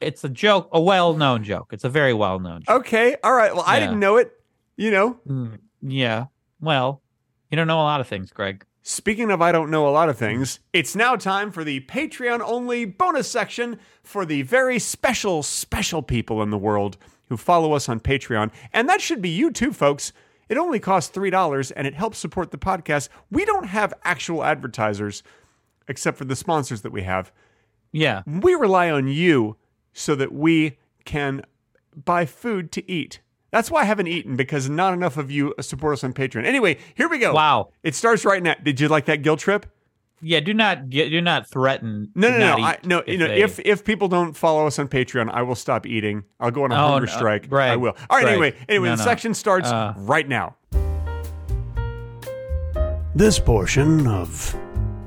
S1: it's a joke, a well-known joke. It's a very well-known joke.
S2: Okay. All right. Well, I
S1: Yeah.
S2: didn't know it. You know,
S1: Mm, yeah. Well, you don't know a lot of things, Greg.
S2: speaking of, I don't know a lot of things. It's now time for the Patreon only bonus section for the very special, special people in the world who follow us on Patreon. And that should be you too, folks. It only costs $3 and it helps support the podcast. We don't have actual advertisers except for the sponsors that we have.
S1: Yeah.
S2: We rely on you so that we can buy food to eat. That's why I haven't eaten because not enough of you support us on Patreon. Anyway, here we go.
S1: Wow.
S2: It starts right now. Did you like that guilt trip?
S1: Yeah. Do not get. Do not threaten.
S2: No,
S1: to
S2: no, no.
S1: not
S2: I,
S1: eat
S2: no, you know,
S1: they-
S2: if if people don't follow us on Patreon, I will stop eating. I'll go on a
S1: Oh,
S2: hunger
S1: no,
S2: strike.
S1: right,
S2: I will. All right.
S1: right.
S2: Anyway, anyway,
S1: No,
S2: the
S1: no.
S2: section starts
S1: Uh,
S2: right now.
S4: This portion of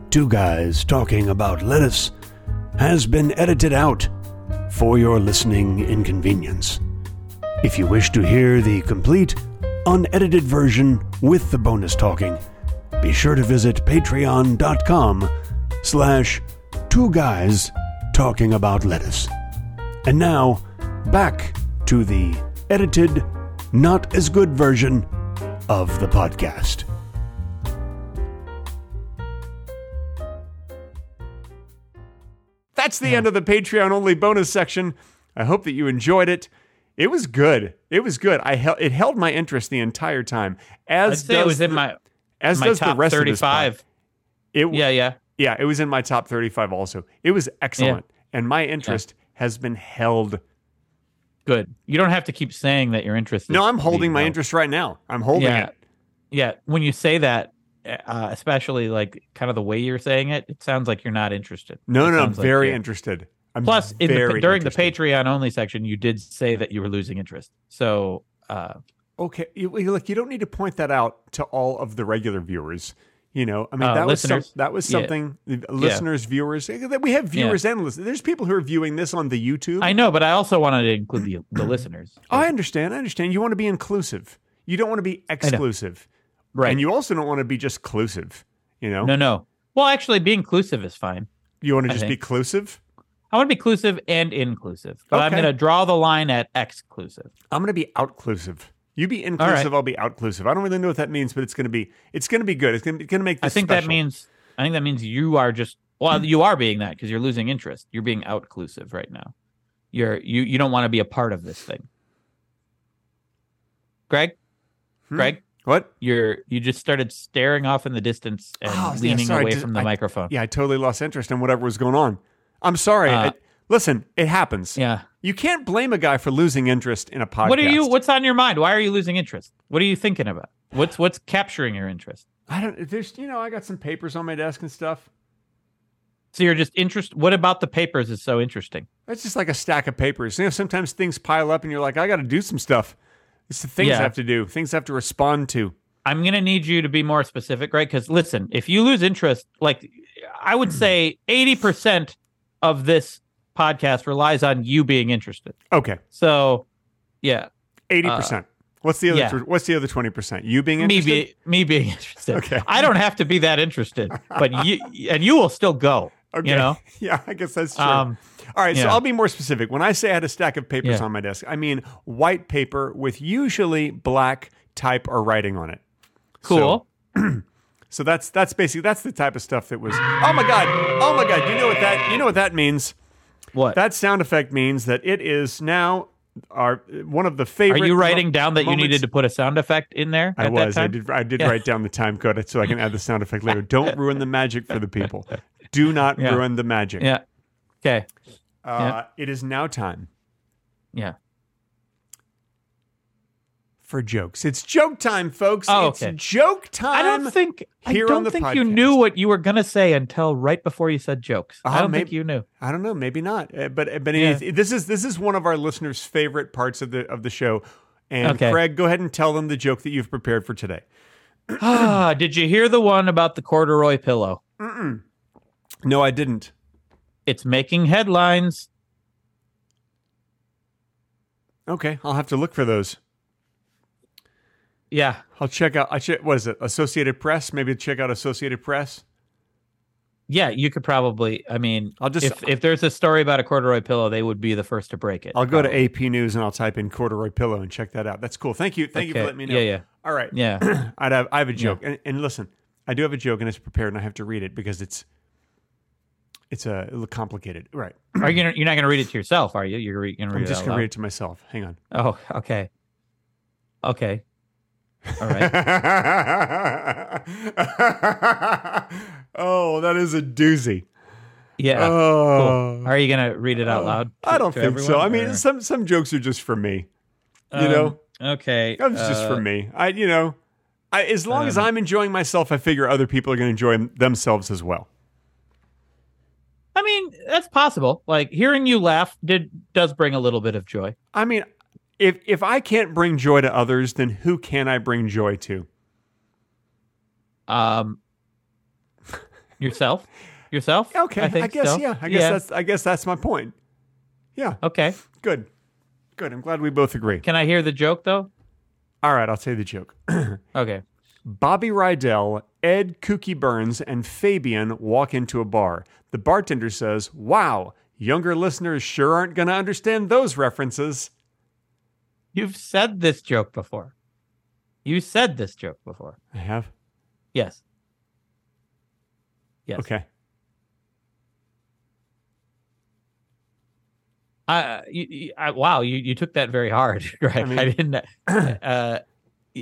S4: Two Guys Talking About Lettuce has been edited out for your listening inconvenience. If you wish to hear the complete, unedited version with the bonus talking, be sure to visit patreon.com slash two guys talking about lettuce. And now, back to the edited, not as good version of the podcast.
S2: That's the end of the Patreon only bonus section. I hope that you enjoyed it. It was good. It was good. I hel- it held my interest the entire time.
S1: I'd
S2: As
S1: say it
S2: does
S1: was in
S2: the-
S1: my
S2: as
S1: my
S2: does
S1: top
S2: the rest of this pod.
S1: thirty-five.
S2: It, yeah,
S1: Yeah. Yeah.
S2: yeah, it was in my top thirty-five also. It was excellent, and my interest has been held.
S1: Good. You don't have to keep saying that you're interested.
S2: No, I'm holding my
S1: interest.
S2: interest right now. I'm holding
S1: yeah.
S2: it.
S1: Yeah, when you say that, uh, especially like kind of the way you're saying it, it sounds like you're not interested.
S2: No,
S1: It
S2: no, I'm
S1: sounds like
S2: very
S1: you-
S2: interested. I'm
S1: Plus, in the,
S2: very
S1: during the
S2: interested.
S1: Patreon only section, you did say that you were losing interest. So, uh,
S2: Okay, you, you- look, you don't need to point that out to all of the regular viewers. You know, I mean,
S1: Uh,
S2: that was some,
S1: listeners.
S2: that was
S1: Yeah.
S2: something listeners, viewers. eh, We have
S1: Yeah.
S2: viewers and listeners. There's people who are viewing this on the YouTube.
S1: I know, but I also wanted to include the,
S2: *clears throat*
S1: the listeners.
S2: Oh, I understand. I understand. You want to be inclusive. You don't want to be exclusive,
S1: Right.
S2: and you also don't want to be just clusive. You know,
S1: no, no. Well, actually, being inclusive is fine.
S2: you want to
S1: I
S2: just be
S1: think.
S2: clusive.
S1: I want to be inclusive and inclusive, but I'm
S2: Okay.
S1: going to draw the line at exclusive.
S2: I'm going to be outclusive. You be inclusive. I'll be outclusive. I don't really know what that means, but it's going to be it's going to be good. It's going to, it's going to make.
S1: I
S2: This
S1: think that
S2: special.
S1: means I think that means you are just well, you are being that because you're losing interest. You're being outclusive right now. You're you you don't want to be a part of this thing. Greg, Greg,
S2: Hmm? what?
S1: you're you just started staring off in the distance and
S2: Oh, yeah,
S1: leaning
S2: sorry,
S1: away
S2: did-
S1: from the
S2: I-
S1: microphone.
S2: Yeah, I totally lost interest in whatever was going on. I'm sorry.
S1: Uh,
S2: I- listen, it happens.
S1: Yeah.
S2: You can't blame a guy for losing interest in a podcast.
S1: What are you? What's on your mind? Why are you losing interest? What are you thinking about? What's what's capturing your interest?
S2: I don't. There's, you know, I got some papers on my desk and stuff.
S1: So you're just interest. What about the papers is so interesting?
S2: That's just like a stack of papers. You know, sometimes things pile up, and you're like, I got to do some stuff. It's the things
S1: Yeah.
S2: I have to do. Things I have to respond to.
S1: I'm going to need you to be more specific, right? Because listen, if you lose interest, like I would say 80% of this podcast relies on you being interested.
S2: Okay,
S1: So, yeah,
S2: eighty percent. What's the other?
S1: Uh, yeah.
S2: What's the other twenty percent? You being
S1: me,
S2: interested?
S1: be, me being interested.
S2: Okay.
S1: I don't have to be that interested, but you, and you will still go,
S2: Okay.
S1: you know?
S2: *laughs* yeah, I guess that's true.
S1: Um,
S2: All right, so
S1: yeah.
S2: I'll be more specific. When I say I had a stack of papers
S1: Yeah.
S2: on my desk, I mean white paper with usually black type or writing on it.
S1: Cool.
S2: So that's that's basically that's the type of stuff that was. Oh my god! Oh my god! You know what that you know what that means?
S1: what?
S2: That sound effect means that it is now our one of the
S1: Are
S2: favorite.
S1: you
S2: mo-
S1: writing down that
S2: moments-
S1: you needed to put a sound effect in there?
S2: I
S1: at
S2: was.
S1: That
S2: I
S1: time?
S2: did. I did
S1: Yeah.
S2: write down the time code so I can add the sound effect later. Don't ruin the magic for the people. Do not
S1: Yeah.
S2: ruin the magic.
S1: Yeah. Okay.
S2: Uh, It is now time
S1: Yeah.
S2: for jokes. It's joke time, folks.
S1: Oh,
S2: it's
S1: okay.
S2: joke time.
S1: I don't think I
S2: here on
S1: don't
S2: the
S1: think you
S2: podcast.
S1: knew what you were gonna say until right before you said jokes.
S2: Uh,
S1: I don't
S2: maybe-
S1: think you knew. *clears throat*
S2: I don't know, maybe not. Uh, but but it is- this is this is one of our listeners' favorite parts of the of the show. And
S1: Okay.
S2: Craig, go ahead and tell them the joke that you've prepared for today.
S1: Ah, did you hear the one about the corduroy pillow?
S2: No, I didn't.
S1: It's making headlines.
S2: Okay, I'll have to look for those.
S1: Yeah.
S2: I'll check out. I check. What is it? Associated Press. Maybe check out Associated Press.
S1: Yeah, you could probably. I mean,
S2: I'll just-
S1: if, if there's a story about a corduroy pillow, they would be the first to break it. Oh,
S2: I'll go to AP News and I'll type in corduroy pillow and check that out. That's cool. Thank you. Thank you for
S1: Okay.
S2: letting me know.
S1: Yeah, yeah.
S2: All right.
S1: yeah.
S2: *clears throat* I'd have, I have a joke, and, and listen, I do have a joke, and it's prepared, and I have to read it because it's it's a little complicated. Right.
S1: Are you gonna, you're not going to read it to yourself, are you? You're re- gonna read
S2: I'm
S1: it
S2: just
S1: out
S2: gonna read
S1: loud?
S2: it to myself. Hang on.
S1: Oh, okay. Okay. All
S2: *laughs*
S1: right.
S2: oh, that is a doozy.
S1: Yeah.
S2: oh,
S1: Are you going to read it out loud? to-
S2: uh, I don't
S1: to
S2: think so.
S1: everyone,
S2: I mean,
S1: or-
S2: some some jokes are just for me. You
S1: Um,
S2: know,
S1: Okay.
S2: that's just
S1: uh,
S2: for me. I you know, I, as long as
S1: um,
S2: I'm enjoying myself, I figure other people are going to enjoy themselves as well.
S1: I mean, that's possible. Like hearing you laugh did does bring a little bit of joy.
S2: I mean, if if I can't bring joy to others, then who can I bring joy to?
S1: Um,
S2: *laughs*
S1: yourself, yourself.
S2: Okay, I,
S1: think
S2: guess
S1: so.
S2: yeah. I guess that's I guess that's my point. Yeah,
S1: okay.
S2: good, good. I'm glad we both agree.
S1: Can I hear the joke though?
S2: All right, I'll say the joke. *clears throat*
S1: Okay.
S2: Bobby Rydell, Ed Kooky Burns, and Fabian walk into a bar. The bartender says, "Wow, younger listeners sure aren't going to understand those references."
S1: You've said this joke before. You said this joke before.
S2: I have.
S1: Yes. Yes.
S2: Okay.
S1: I, you, you- I, wow, you, you took that very hard, *laughs* Greg. I,
S2: mean-
S1: didn't.
S2: *clears throat*
S1: Uh,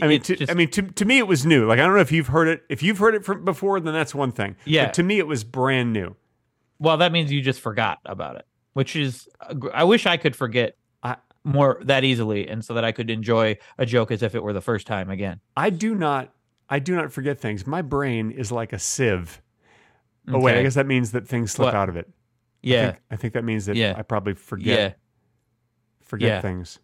S2: I mean,
S1: it's
S2: to,
S1: just-
S2: I mean, to, to me, it was new. Like, I don't know if you've heard it. If you've heard it from before, then that's one thing.
S1: Yeah.
S2: But to me, it was brand new.
S1: well, that means you just forgot about it, which is. I wish I could forget uh,
S2: I-
S1: more that easily, and so that I could enjoy a joke as if it were the first time again.
S2: I do not. I do not forget things. My brain is like a sieve. Oh wait, I
S1: Okay.
S2: guess that means that things slip
S1: What?
S2: out of it. I
S1: Yeah,
S2: think, I think that means that
S1: Yeah.
S2: I probably forget
S1: yeah.
S2: forget
S1: Yeah.
S2: things.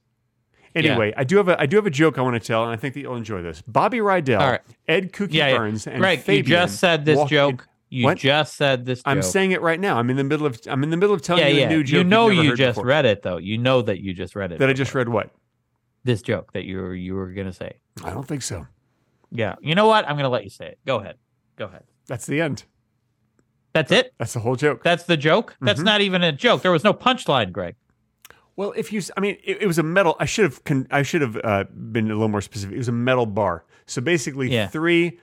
S1: Yeah.
S2: Anyway, I do have a I do have a joke I want to tell, and I think that you'll enjoy this. Bobby Rydell,
S1: All right.
S2: Ed Kooky
S1: Yeah, yeah.
S2: Burns, and
S1: Greg, you
S2: Fabian
S1: just said this
S2: walk in-
S1: joke. you
S2: What?
S1: just said this.
S2: I'm
S1: joke.
S2: saying it right now. I'm in the middle of I'm in the middle of telling
S1: yeah,
S2: you
S1: yeah.
S2: a new joke.
S1: you
S2: you've
S1: know
S2: never
S1: you
S2: heard
S1: just
S2: before.
S1: read it though. You know that you just read it.
S2: that I just read what?
S1: this joke that you were you were gonna say.
S2: I don't think so.
S1: Yeah. You know what? I'm gonna let you say it. Go ahead. Go ahead.
S2: That's the end.
S1: That's it.
S2: That's the whole joke.
S1: That's the joke. That's
S2: Mm-hmm.
S1: not even a joke. There was no punchline, Greg.
S2: Well, if you, s- I mean, it, it was a metal. I should have, con, I should have uh, been a little more specific. It was a metal bar. So basically,
S1: Yeah.
S2: three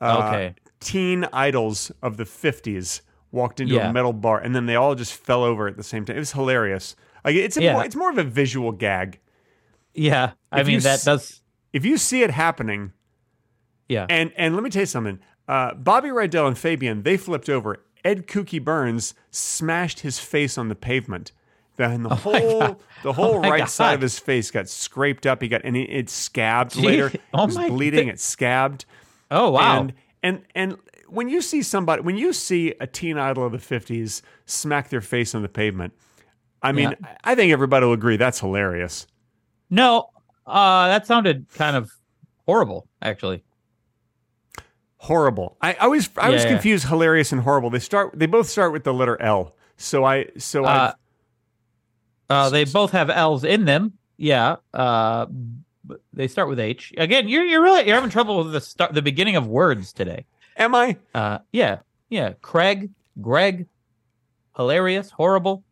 S2: uh,
S1: okay.
S2: teen idols of the fifties walked into
S1: Yeah.
S2: a metal bar, and then they all just fell over at the same time. It was hilarious. Like it's a
S1: Yeah.
S2: more, it's more of a visual gag.
S1: Yeah. I
S2: If you
S1: mean that
S2: s-
S1: does.
S2: If you see it happening,
S1: Yeah.
S2: and and let me tell you something. Uh, Bobby Rydell and Fabian they flipped over. Ed Kooky Burns smashed his face on the pavement. Then the
S1: Oh
S2: whole the whole
S1: my
S2: right
S1: God.
S2: side of his face got scraped up. He got and it, it scabbed
S1: Gee. *laughs*
S2: later.
S1: Oh
S2: it was
S1: my
S2: bleeding.
S1: God.
S2: It scabbed.
S1: oh wow.
S2: And and and when you see somebody, when you see a teen idol of the fifties smack their face on the pavement, I mean, I I think everybody will agree that's hilarious.
S1: no. Uh, that sounded kind of horrible, actually.
S2: horrible. I, I was I
S1: Yeah,
S2: was
S1: yeah.
S2: confused hilarious and horrible. They start they both start with the letter L. So I so
S1: Uh, Uh, they both have L's in them. Yeah. Uh, but they start with H. Again, you're you're really you're having trouble with the start the beginning of words today.
S2: I am I
S1: Uh, yeah, yeah. Craig, Greg, hilarious, horrible.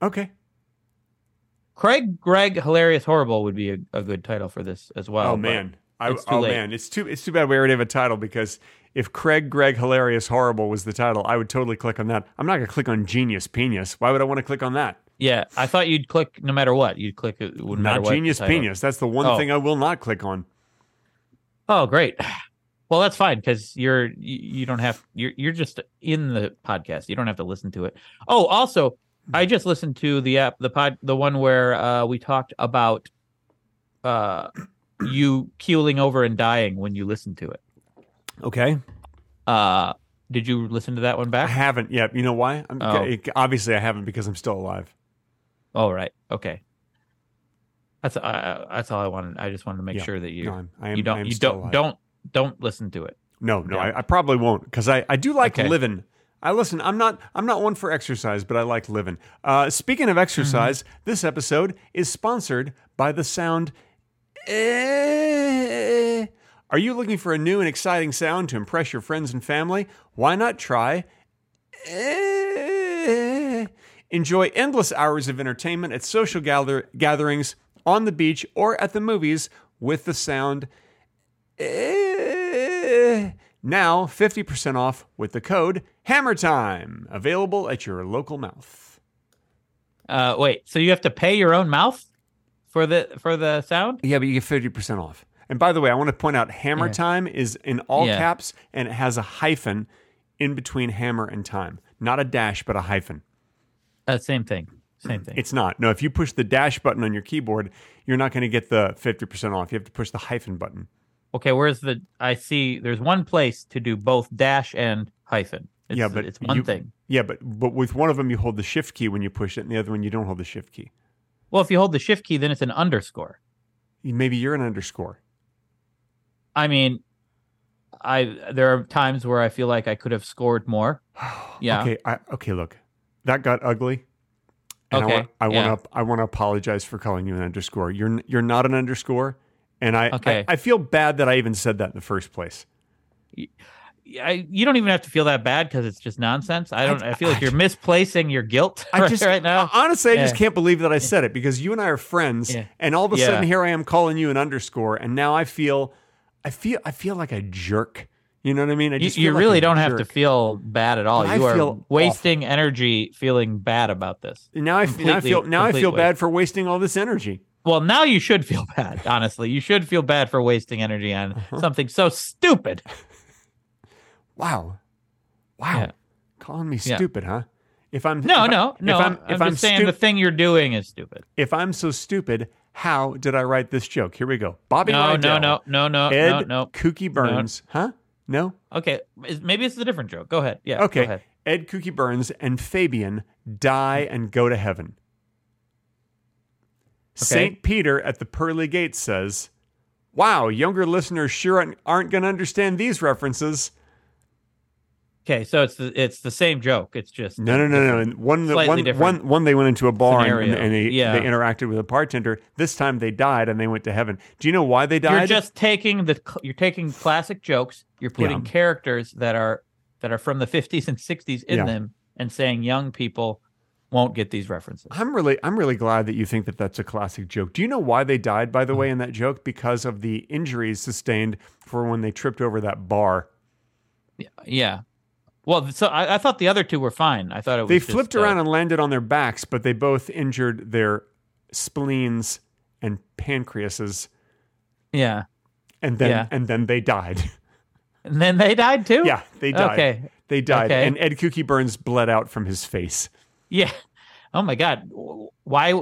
S2: okay.
S1: Craig, Greg, hilarious, horrible would be a, a good title for this as well.
S2: Oh,
S1: but-
S2: man. I,
S1: it's too
S2: oh
S1: late.
S2: man, it's too it's too bad we already have a title because if Craig Greg Hilarious Horrible was the title, I would totally click on that. I'm not gonna click on Genius Penis. Why would I want to click on that?
S1: yeah. I thought you'd click no matter what. You'd click it. No matter
S2: Not
S1: what
S2: Genius
S1: title.
S2: Penis. That's the one
S1: Oh.
S2: thing I will not click on.
S1: Oh, great. Well, that's fine because you're you, you don't have you're you're just in the podcast. You don't have to listen to it. Oh, also, I just listened to the app the pod the one where uh, we talked about uh, you keeling over and dying when you listen to it.
S2: Okay.
S1: Uh, did you listen to that one
S2: I
S1: back?
S2: haven't yet. You know why? I'm,
S1: Oh.
S2: Obviously, I haven't because I'm still alive.
S1: All Oh, right. Okay. That's uh, that's all I wanted. I just wanted to make
S2: Yeah.
S1: sure that you
S2: No, I'm, I am,
S1: you
S2: I
S1: don't
S2: am
S1: you
S2: still
S1: don't
S2: alive.
S1: don't don't listen to it.
S2: No, no,
S1: Yeah.
S2: I, I probably won't because I, I do like
S1: Okay.
S2: living. I listen. I'm not. I'm not one for exercise, but I like living. Uh, speaking of exercise,
S1: Mm-hmm.
S2: this episode is sponsored by the sound. Eh. Are you looking for a new and exciting sound to impress your friends and family? Why not try? Eh. Enjoy endless hours of entertainment at social gather- gatherings, on the beach, or at the movies with the sound. Eh. Now, 50% off with the code Hammer Time, available at your local mouth.
S1: Uh, wait, so you have to pay your own mouth for the for the sound?
S2: Yeah, but you get 50% off. And by the way, I want to point out Hammer Time is in all
S1: Yeah.
S2: caps and it has a hyphen in between hammer and time. Not a dash, but a hyphen.
S1: Uh, same thing. Same thing.
S2: It's not. No, if you push the dash button on your keyboard, you're not going to get the 50% off. You have to push the hyphen button.
S1: okay, where's the? I see. There's one place to do both dash and hyphen. It's,
S2: yeah, but
S1: it's one
S2: you-
S1: thing.
S2: Yeah, but but with one of them you hold the shift key when you push it, and the other one you don't hold the shift key.
S1: Well, if you hold the shift key, then it's an underscore.
S2: Maybe you're an underscore.
S1: I mean, I there are times where I feel like I could have scored
S2: *sighs*
S1: more. Yeah.
S2: Okay. I, okay. Look, that got ugly. And
S1: Okay,
S2: I want. I
S1: yeah.
S2: want to. I want to apologize for calling you an underscore. You're. n- You're not an underscore. And I,
S1: Okay.
S2: I. I feel bad that I even said that in the first place.
S1: I, you don't even have to feel that bad because it's just nonsense. I don't. I, feel like you're misplacing your guilt *laughs*
S2: I
S1: right,
S2: just.
S1: right now.
S2: Honestly, I
S1: Uh,
S2: just
S1: Yeah.
S2: can't believe that I said it because you and I are friends,
S1: Yeah.
S2: and all of a
S1: Yeah.
S2: sudden here I am calling you an underscore, and now I feel. I feel. I feel like a jerk. You know what I mean? I
S1: you
S2: just
S1: you
S2: feel like
S1: really
S2: a
S1: don't have to
S2: jerk.
S1: feel bad at all.
S2: But I
S1: you are
S2: feel
S1: wasting energy feeling bad about this.
S2: Now I, f- now I
S1: Completely-
S2: feel. Now I feel
S1: completely.
S2: bad for wasting all this energy.
S1: Well, now you should feel *laughs* bad, honestly. You should feel bad for wasting energy on
S2: Uh-huh.
S1: something so stupid.
S2: Wow. Wow.
S1: Yeah.
S2: Calling me
S1: Yeah.
S2: stupid, huh? If I'm
S1: No,
S2: if I-
S1: no, no.
S2: If
S1: I'm,
S2: I'm if I'm,
S1: just saying
S2: stu-
S1: the thing you're doing is stupid.
S2: if I'm so stupid, how did I write this joke? Here we go. Bobby
S1: No, no,
S2: Rydell,
S1: no, no, no,
S2: Ed
S1: no, no.
S2: Kooky Burns, huh? No.
S1: Okay, is- maybe it's a different joke. Go ahead. Yeah. Go
S2: Okay.
S1: ahead. Mm.
S2: Ed Kooky Burns and Fabian die and go to heaven. Saint Peter at the pearly gates says, "Wow, younger listeners sure aren't- aren't going to understand these references."
S1: Okay. So it's the it's the same joke. It's just
S2: No, no, no, no. And one,
S1: Slightly
S2: one,
S1: different
S2: one, one, they went into a bar and- and,
S1: scenario.
S2: and they,
S1: Yeah.
S2: they interacted with a bartender. This time they died and they went to heaven. Do you know why they died?
S1: you're just taking the cl- you're taking classic jokes. You're putting
S2: Yeah.
S1: characters that are that are from the 50s and 60s in
S2: Yeah.
S1: them, and saying young people won't get these references.
S2: I'm really, I'm really glad that you think that that's a classic joke. Do you know why they died, by
S1: Mm.
S2: the way, in that joke? Because of the injuries sustained for when they tripped over that bar.
S1: Yeah. Well, so I, I thought the other two were fine. I thought it was
S2: They
S1: just,
S2: flipped
S1: uh,
S2: around and landed on their backs, but they both injured their spleens and pancreases,
S1: yeah,
S2: and then
S1: Yeah.
S2: and then they died. *laughs*
S1: and then they died too.
S2: yeah, they died.
S1: Okay.
S2: They died,
S1: Okay.
S2: and Ed Kooky Burns bled out from his face.
S1: Yeah. Oh my God. Why?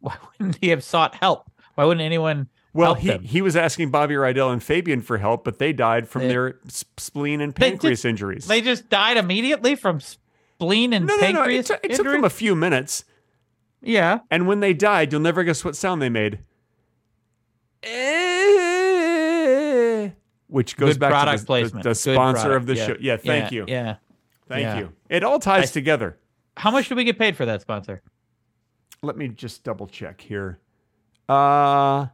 S1: Why wouldn't he have sought help? Why wouldn't anyone?
S2: Well,
S1: help
S2: he,
S1: them?
S2: he was asking Bobby Rydell and Fabian for help, but they died from
S1: They-
S2: their s- spleen and
S1: They
S2: pancreas
S1: just-
S2: injuries.
S1: They just died immediately from spleen and
S2: no, no, no. It,
S1: pancreas
S2: t- it took
S1: injury.
S2: them a few minutes.
S1: yeah.
S2: And when they died, you'll never guess what sound they made. Which goes
S1: Eh. Good
S2: back
S1: product
S2: to the- the,
S1: placement.
S2: the
S1: Good
S2: sponsor
S1: product.
S2: of the
S1: Yeah.
S2: show. Yeah, thank
S1: Yeah.
S2: you.
S1: Yeah.
S2: Thank
S1: Yeah.
S2: you. It all ties together.
S1: How much do we get paid for that sponsor?
S2: Let me just double check here. Uh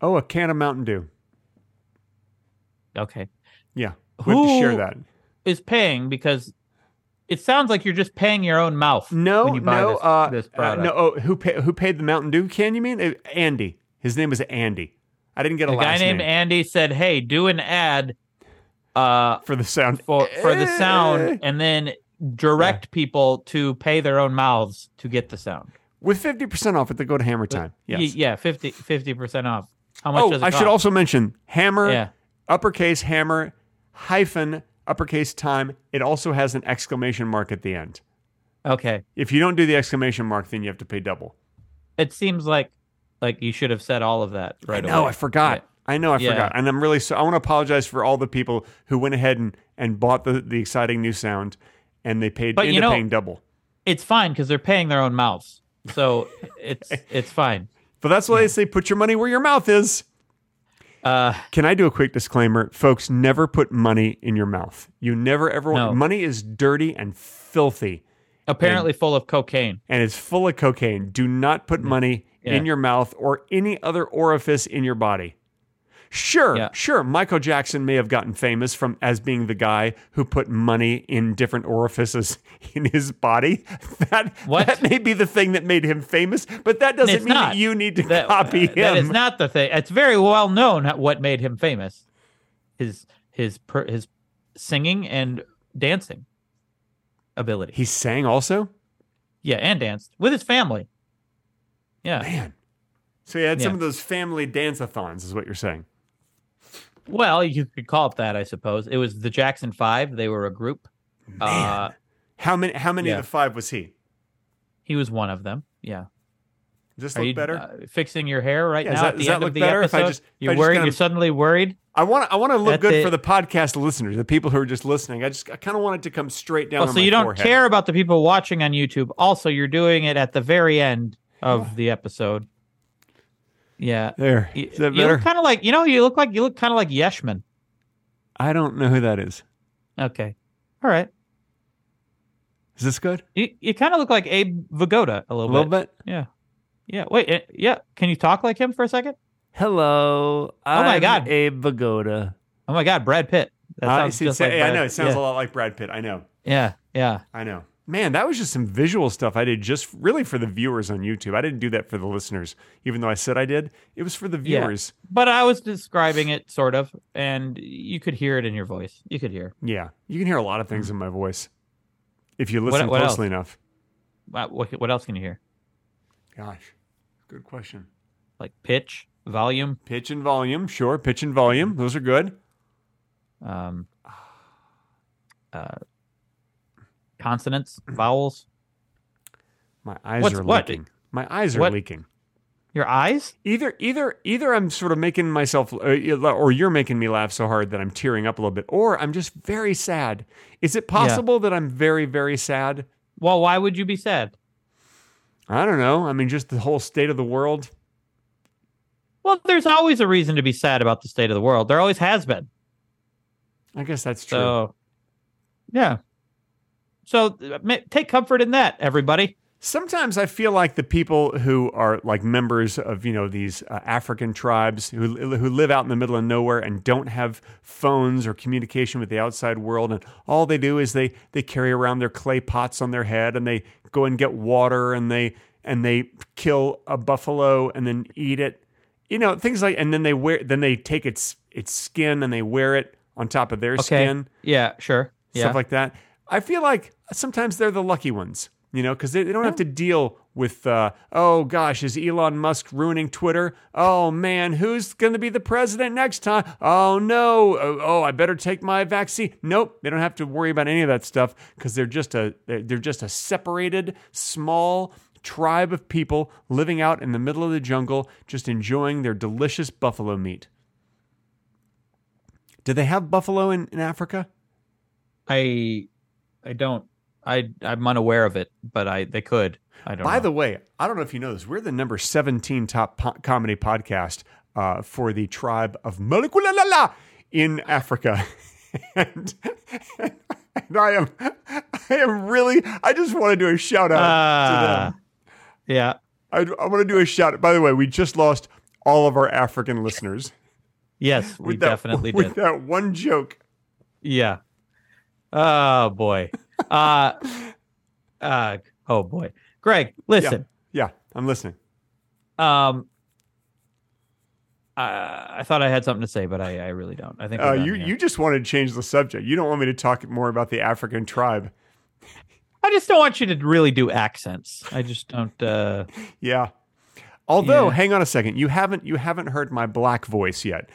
S2: oh, a can of Mountain Dew.
S1: Okay.
S2: Yeah. We have to share
S1: Who-
S2: that.
S1: Is paying because it sounds like you're just paying your own mouth
S2: No,
S1: when you buy
S2: no,
S1: this,
S2: uh,
S1: this
S2: uh,
S1: product.
S2: no, oh, who pay, who paid the Mountain Dew can? You mean Uh, Andy? His name is Andy. I didn't get a
S1: A guy
S2: last
S1: named
S2: name
S1: Andy said, "Hey, do an ad uh,
S2: for the sound.
S1: for for the
S2: Eh.
S1: sound, and then direct people to pay their own mouths to get the sound."
S2: With fifty percent off at the Go to Hammer time.
S1: Y-
S2: Yes.
S1: yeah, 50 percent off. How much
S2: oh,
S1: does it
S2: I should
S1: cost?
S2: also mention Hammer
S1: Yeah.
S2: uppercase Hammer hyphen uppercase time. It also has an exclamation mark at the end.
S1: Okay,
S2: If you don't do the exclamation mark, then you have to pay double.
S1: it seems like like you should have said all of that right
S2: No,
S1: away.
S2: I forgot. I know I
S1: Yeah.
S2: forgot. And I'm really so I want to apologize for all the people who went ahead and, and bought the, the exciting new sound and they paid
S1: But you
S2: ended up
S1: know-
S2: paying double.
S1: It's fine because they're paying their own mouths,
S2: *laughs*
S1: so it's it's fine.
S2: But that's why they say put your money where your mouth is.
S1: Uh,
S2: Can I do a quick disclaimer? Folks, never put money in your mouth. You never ever want
S1: No.
S2: money is dirty and filthy
S1: apparently full of cocaine.
S2: and it's full of cocaine. Do not put money
S1: Yeah.
S2: in your mouth or any other orifice in your body. Sure,
S1: Yeah.
S2: sure. Michael Jackson may have gotten famous from as being the guy who put money in different orifices *laughs* in his body. That
S1: What?
S2: that may be the thing that made him famous, but that doesn't
S1: It's
S2: mean
S1: not.
S2: that you need to
S1: That,
S2: *laughs*
S1: uh,
S2: copy him.
S1: that is not the thing. It's very well known what made him famous. His his per, his singing and dancing ability.
S2: he sang also.
S1: yeah, and danced with his family. Yeah.
S2: Man. So he had some
S1: Yeah.
S2: of those family dance-a-thons, is what you're saying.
S1: Well, you could call it that, I suppose. It was the Jackson Five. They were a group. Uh,
S2: How many? How many
S1: Yeah.
S2: of the five was he?
S1: he was one of them. Yeah.
S2: Does this
S1: Are
S2: look
S1: you
S2: better?
S1: uh, fixing your hair right
S2: Yeah,
S1: now
S2: does that-
S1: at
S2: does
S1: the
S2: that
S1: end
S2: look
S1: of the
S2: better if I
S1: episode?
S2: just- if I
S1: you're
S2: just
S1: worried.
S2: kinda-
S1: You're suddenly worried.
S2: I want. I want to look
S1: That's
S2: good
S1: it.
S2: for the podcast listeners, the people who are just listening. I just. I kind of want it to come straight down.
S1: Well,
S2: on
S1: Oh, so
S2: my
S1: you don't
S2: forehead.
S1: care about the people watching on YouTube. Also, you're doing it at the very end of the episode. Yeah.
S2: There.
S1: You,
S2: Is that
S1: you
S2: better?
S1: look kind of like you know you look like you look kind of like Yeshman.
S2: I don't know who that is.
S1: Okay. All right.
S2: Is this good?
S1: You you kind of look like Abe Vigoda a
S2: A
S1: little,
S2: little bit.
S1: Yeah. Yeah. Wait. eh, Yeah. Can you talk like him for a second?
S5: Hello.
S1: Oh my
S5: I'm
S1: God.
S5: Abe Vigoda.
S1: Oh my God, Brad Pitt. That
S2: Uh,
S1: sounds
S2: see,
S1: just
S2: say-
S1: like
S2: hey, I
S1: Brad-
S2: know. It sounds
S1: yeah.
S2: a lot like Brad Pitt. I know.
S1: Yeah. Yeah.
S2: I know. Man, that was just some visual stuff I did just really for the viewers on YouTube. I didn't do that for the listeners, even though I said I did. It was for the
S1: Yeah.
S2: viewers.
S1: But I was describing it sort of, and you could hear it in your voice. You could hear.
S2: Yeah, you can hear a lot of things in my voice if you
S1: What-
S2: listen
S1: what
S2: closely enough.
S1: Wow, What, what else can you hear?
S2: Gosh, good question.
S1: Like pitch, volume.
S2: Pitch and volume, sure. Pitch and volume, those are good.
S1: um, *sighs* uh, consonants, vowels,
S2: My eyes
S1: What's-
S2: are
S1: what?
S2: leaking. My eyes are
S1: What?
S2: leaking.
S1: your eyes.
S2: Either, either, either I'm sort of making myself, uh, or you're making me laugh so hard that I'm tearing up a little bit, or I'm just very sad. Is it possible that I'm very, very sad?
S1: Well, why would you be sad?
S2: I don't know. I mean, just the whole state of the world.
S1: Well, there's always a reason to be sad about the state of the world. There always has been.
S2: I guess that's true.
S1: So, yeah. So uh, ma- take comfort in that, everybody.
S2: Sometimes I feel like the people who are like members of you know these uh, African tribes who who live out in the middle of nowhere and don't have phones or communication with the outside world, and all they do is they they carry around their clay pots on their head and they go and get water and they and they kill a buffalo and then eat it, you know things like and then they wear then they take its its skin and they wear it on top of their
S1: Okay.
S2: skin
S1: Yeah, sure. Yeah.
S2: stuff like that. I feel like sometimes they're the lucky ones, you know, because they, they don't have to deal with, uh, oh gosh, is Elon Musk ruining Twitter? Oh man, who's going to be the president next time? Oh no, oh, oh, I better take my vaccine. Nope, they don't have to worry about any of that stuff because they're just a they're they're just a separated small tribe of people living out in the middle of the jungle, just enjoying their delicious buffalo meat. Do they have buffalo in, in Africa?
S1: I, I don't. I I'm unaware of it, but I they could. I don't.
S2: By
S1: know.
S2: the way, I don't know if you know this. We're the number 17 top po- comedy podcast uh, for the tribe of Malakulalala in Africa. *laughs* and, and I am I am really I just want to do a shout out
S1: Ah.
S2: to them.
S1: yeah.
S2: I, I want to do a shout By the way, we just lost all of our African listeners. *laughs*
S1: Yes, we
S2: With that-
S1: definitely did.
S2: with that one joke.
S1: Yeah. Oh boy.
S2: *laughs*
S1: Uh uh oh boy. Greg, listen.
S2: Yeah, I'm listening.
S1: Um I, I thought I had something to say, but I, I really don't. I think we're
S2: Uh,
S1: done
S2: you
S1: here.
S2: you just wanted to change the subject. You don't want me to talk more about the African tribe.
S1: I just don't want you to really do accents. I just don't uh
S2: Yeah. Although,
S1: Yeah.
S2: hang on a second, you haven't you haven't heard my black voice yet.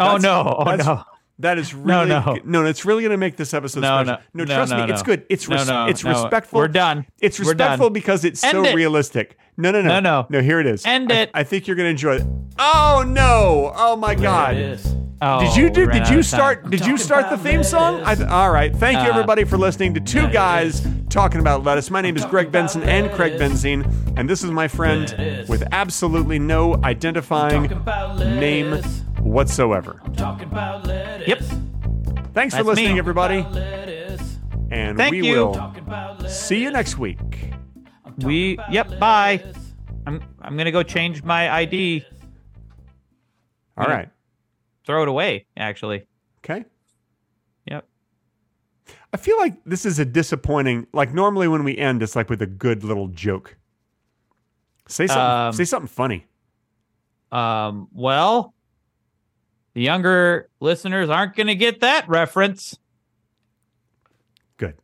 S1: Oh
S2: That's-
S1: no. Oh
S2: that's-
S1: no.
S2: That is
S1: *laughs*
S2: really
S1: no.
S2: no, it's really going to make this episode
S1: No,
S2: special.
S1: no, no,
S2: trust
S1: no,
S2: me, it's
S1: no.
S2: good. It's
S1: No,
S2: res-
S1: no,
S2: it's
S1: no.
S2: respectful.
S1: We're done.
S2: It's
S1: We're done.
S2: respectful because it's
S1: End
S2: so
S1: it.
S2: realistic. No, no, no,
S1: No, no.
S2: no. Here it is.
S1: End
S2: I-
S1: it.
S2: I think you're going to enjoy it. Oh no! Oh my
S3: Let
S2: God!
S3: it is.
S1: Oh,
S2: Did you
S1: we
S2: do?
S1: ran
S2: Did
S1: out
S2: you
S1: of time.
S2: start? Did you
S3: talking
S2: start the
S3: about
S2: theme song? I,
S3: lettuce.
S2: all right. Thank you
S1: Uh,
S2: everybody for listening to Two Guys Talking About Lettuce. My name is Greg
S3: talking about
S2: Benson and Craig
S3: lettuce.
S2: Benzine, and this is my friend
S3: Lettuce.
S2: with absolutely no identifying
S3: Talking about
S2: name
S3: lettuce.
S2: whatsoever.
S3: Talking about lettuce.
S1: Yep.
S2: Thanks for
S1: That's
S2: listening,
S1: me.
S2: everybody,
S3: Lettuce.
S2: and
S1: Thank
S2: we
S1: you.
S2: will
S3: Talking about lettuce.
S2: see you next week.
S1: We yep. Bye. I'm I'm gonna go change my ID.
S2: All
S1: Yeah.
S2: right.
S1: Throw it away. Actually.
S2: Okay.
S1: Yep.
S2: I feel like this is a disappointing. Like normally when we end, it's like with a good little joke. Say something.
S1: Um,
S2: say something funny.
S1: Um. Well, the younger listeners aren't gonna get that reference.
S2: Good.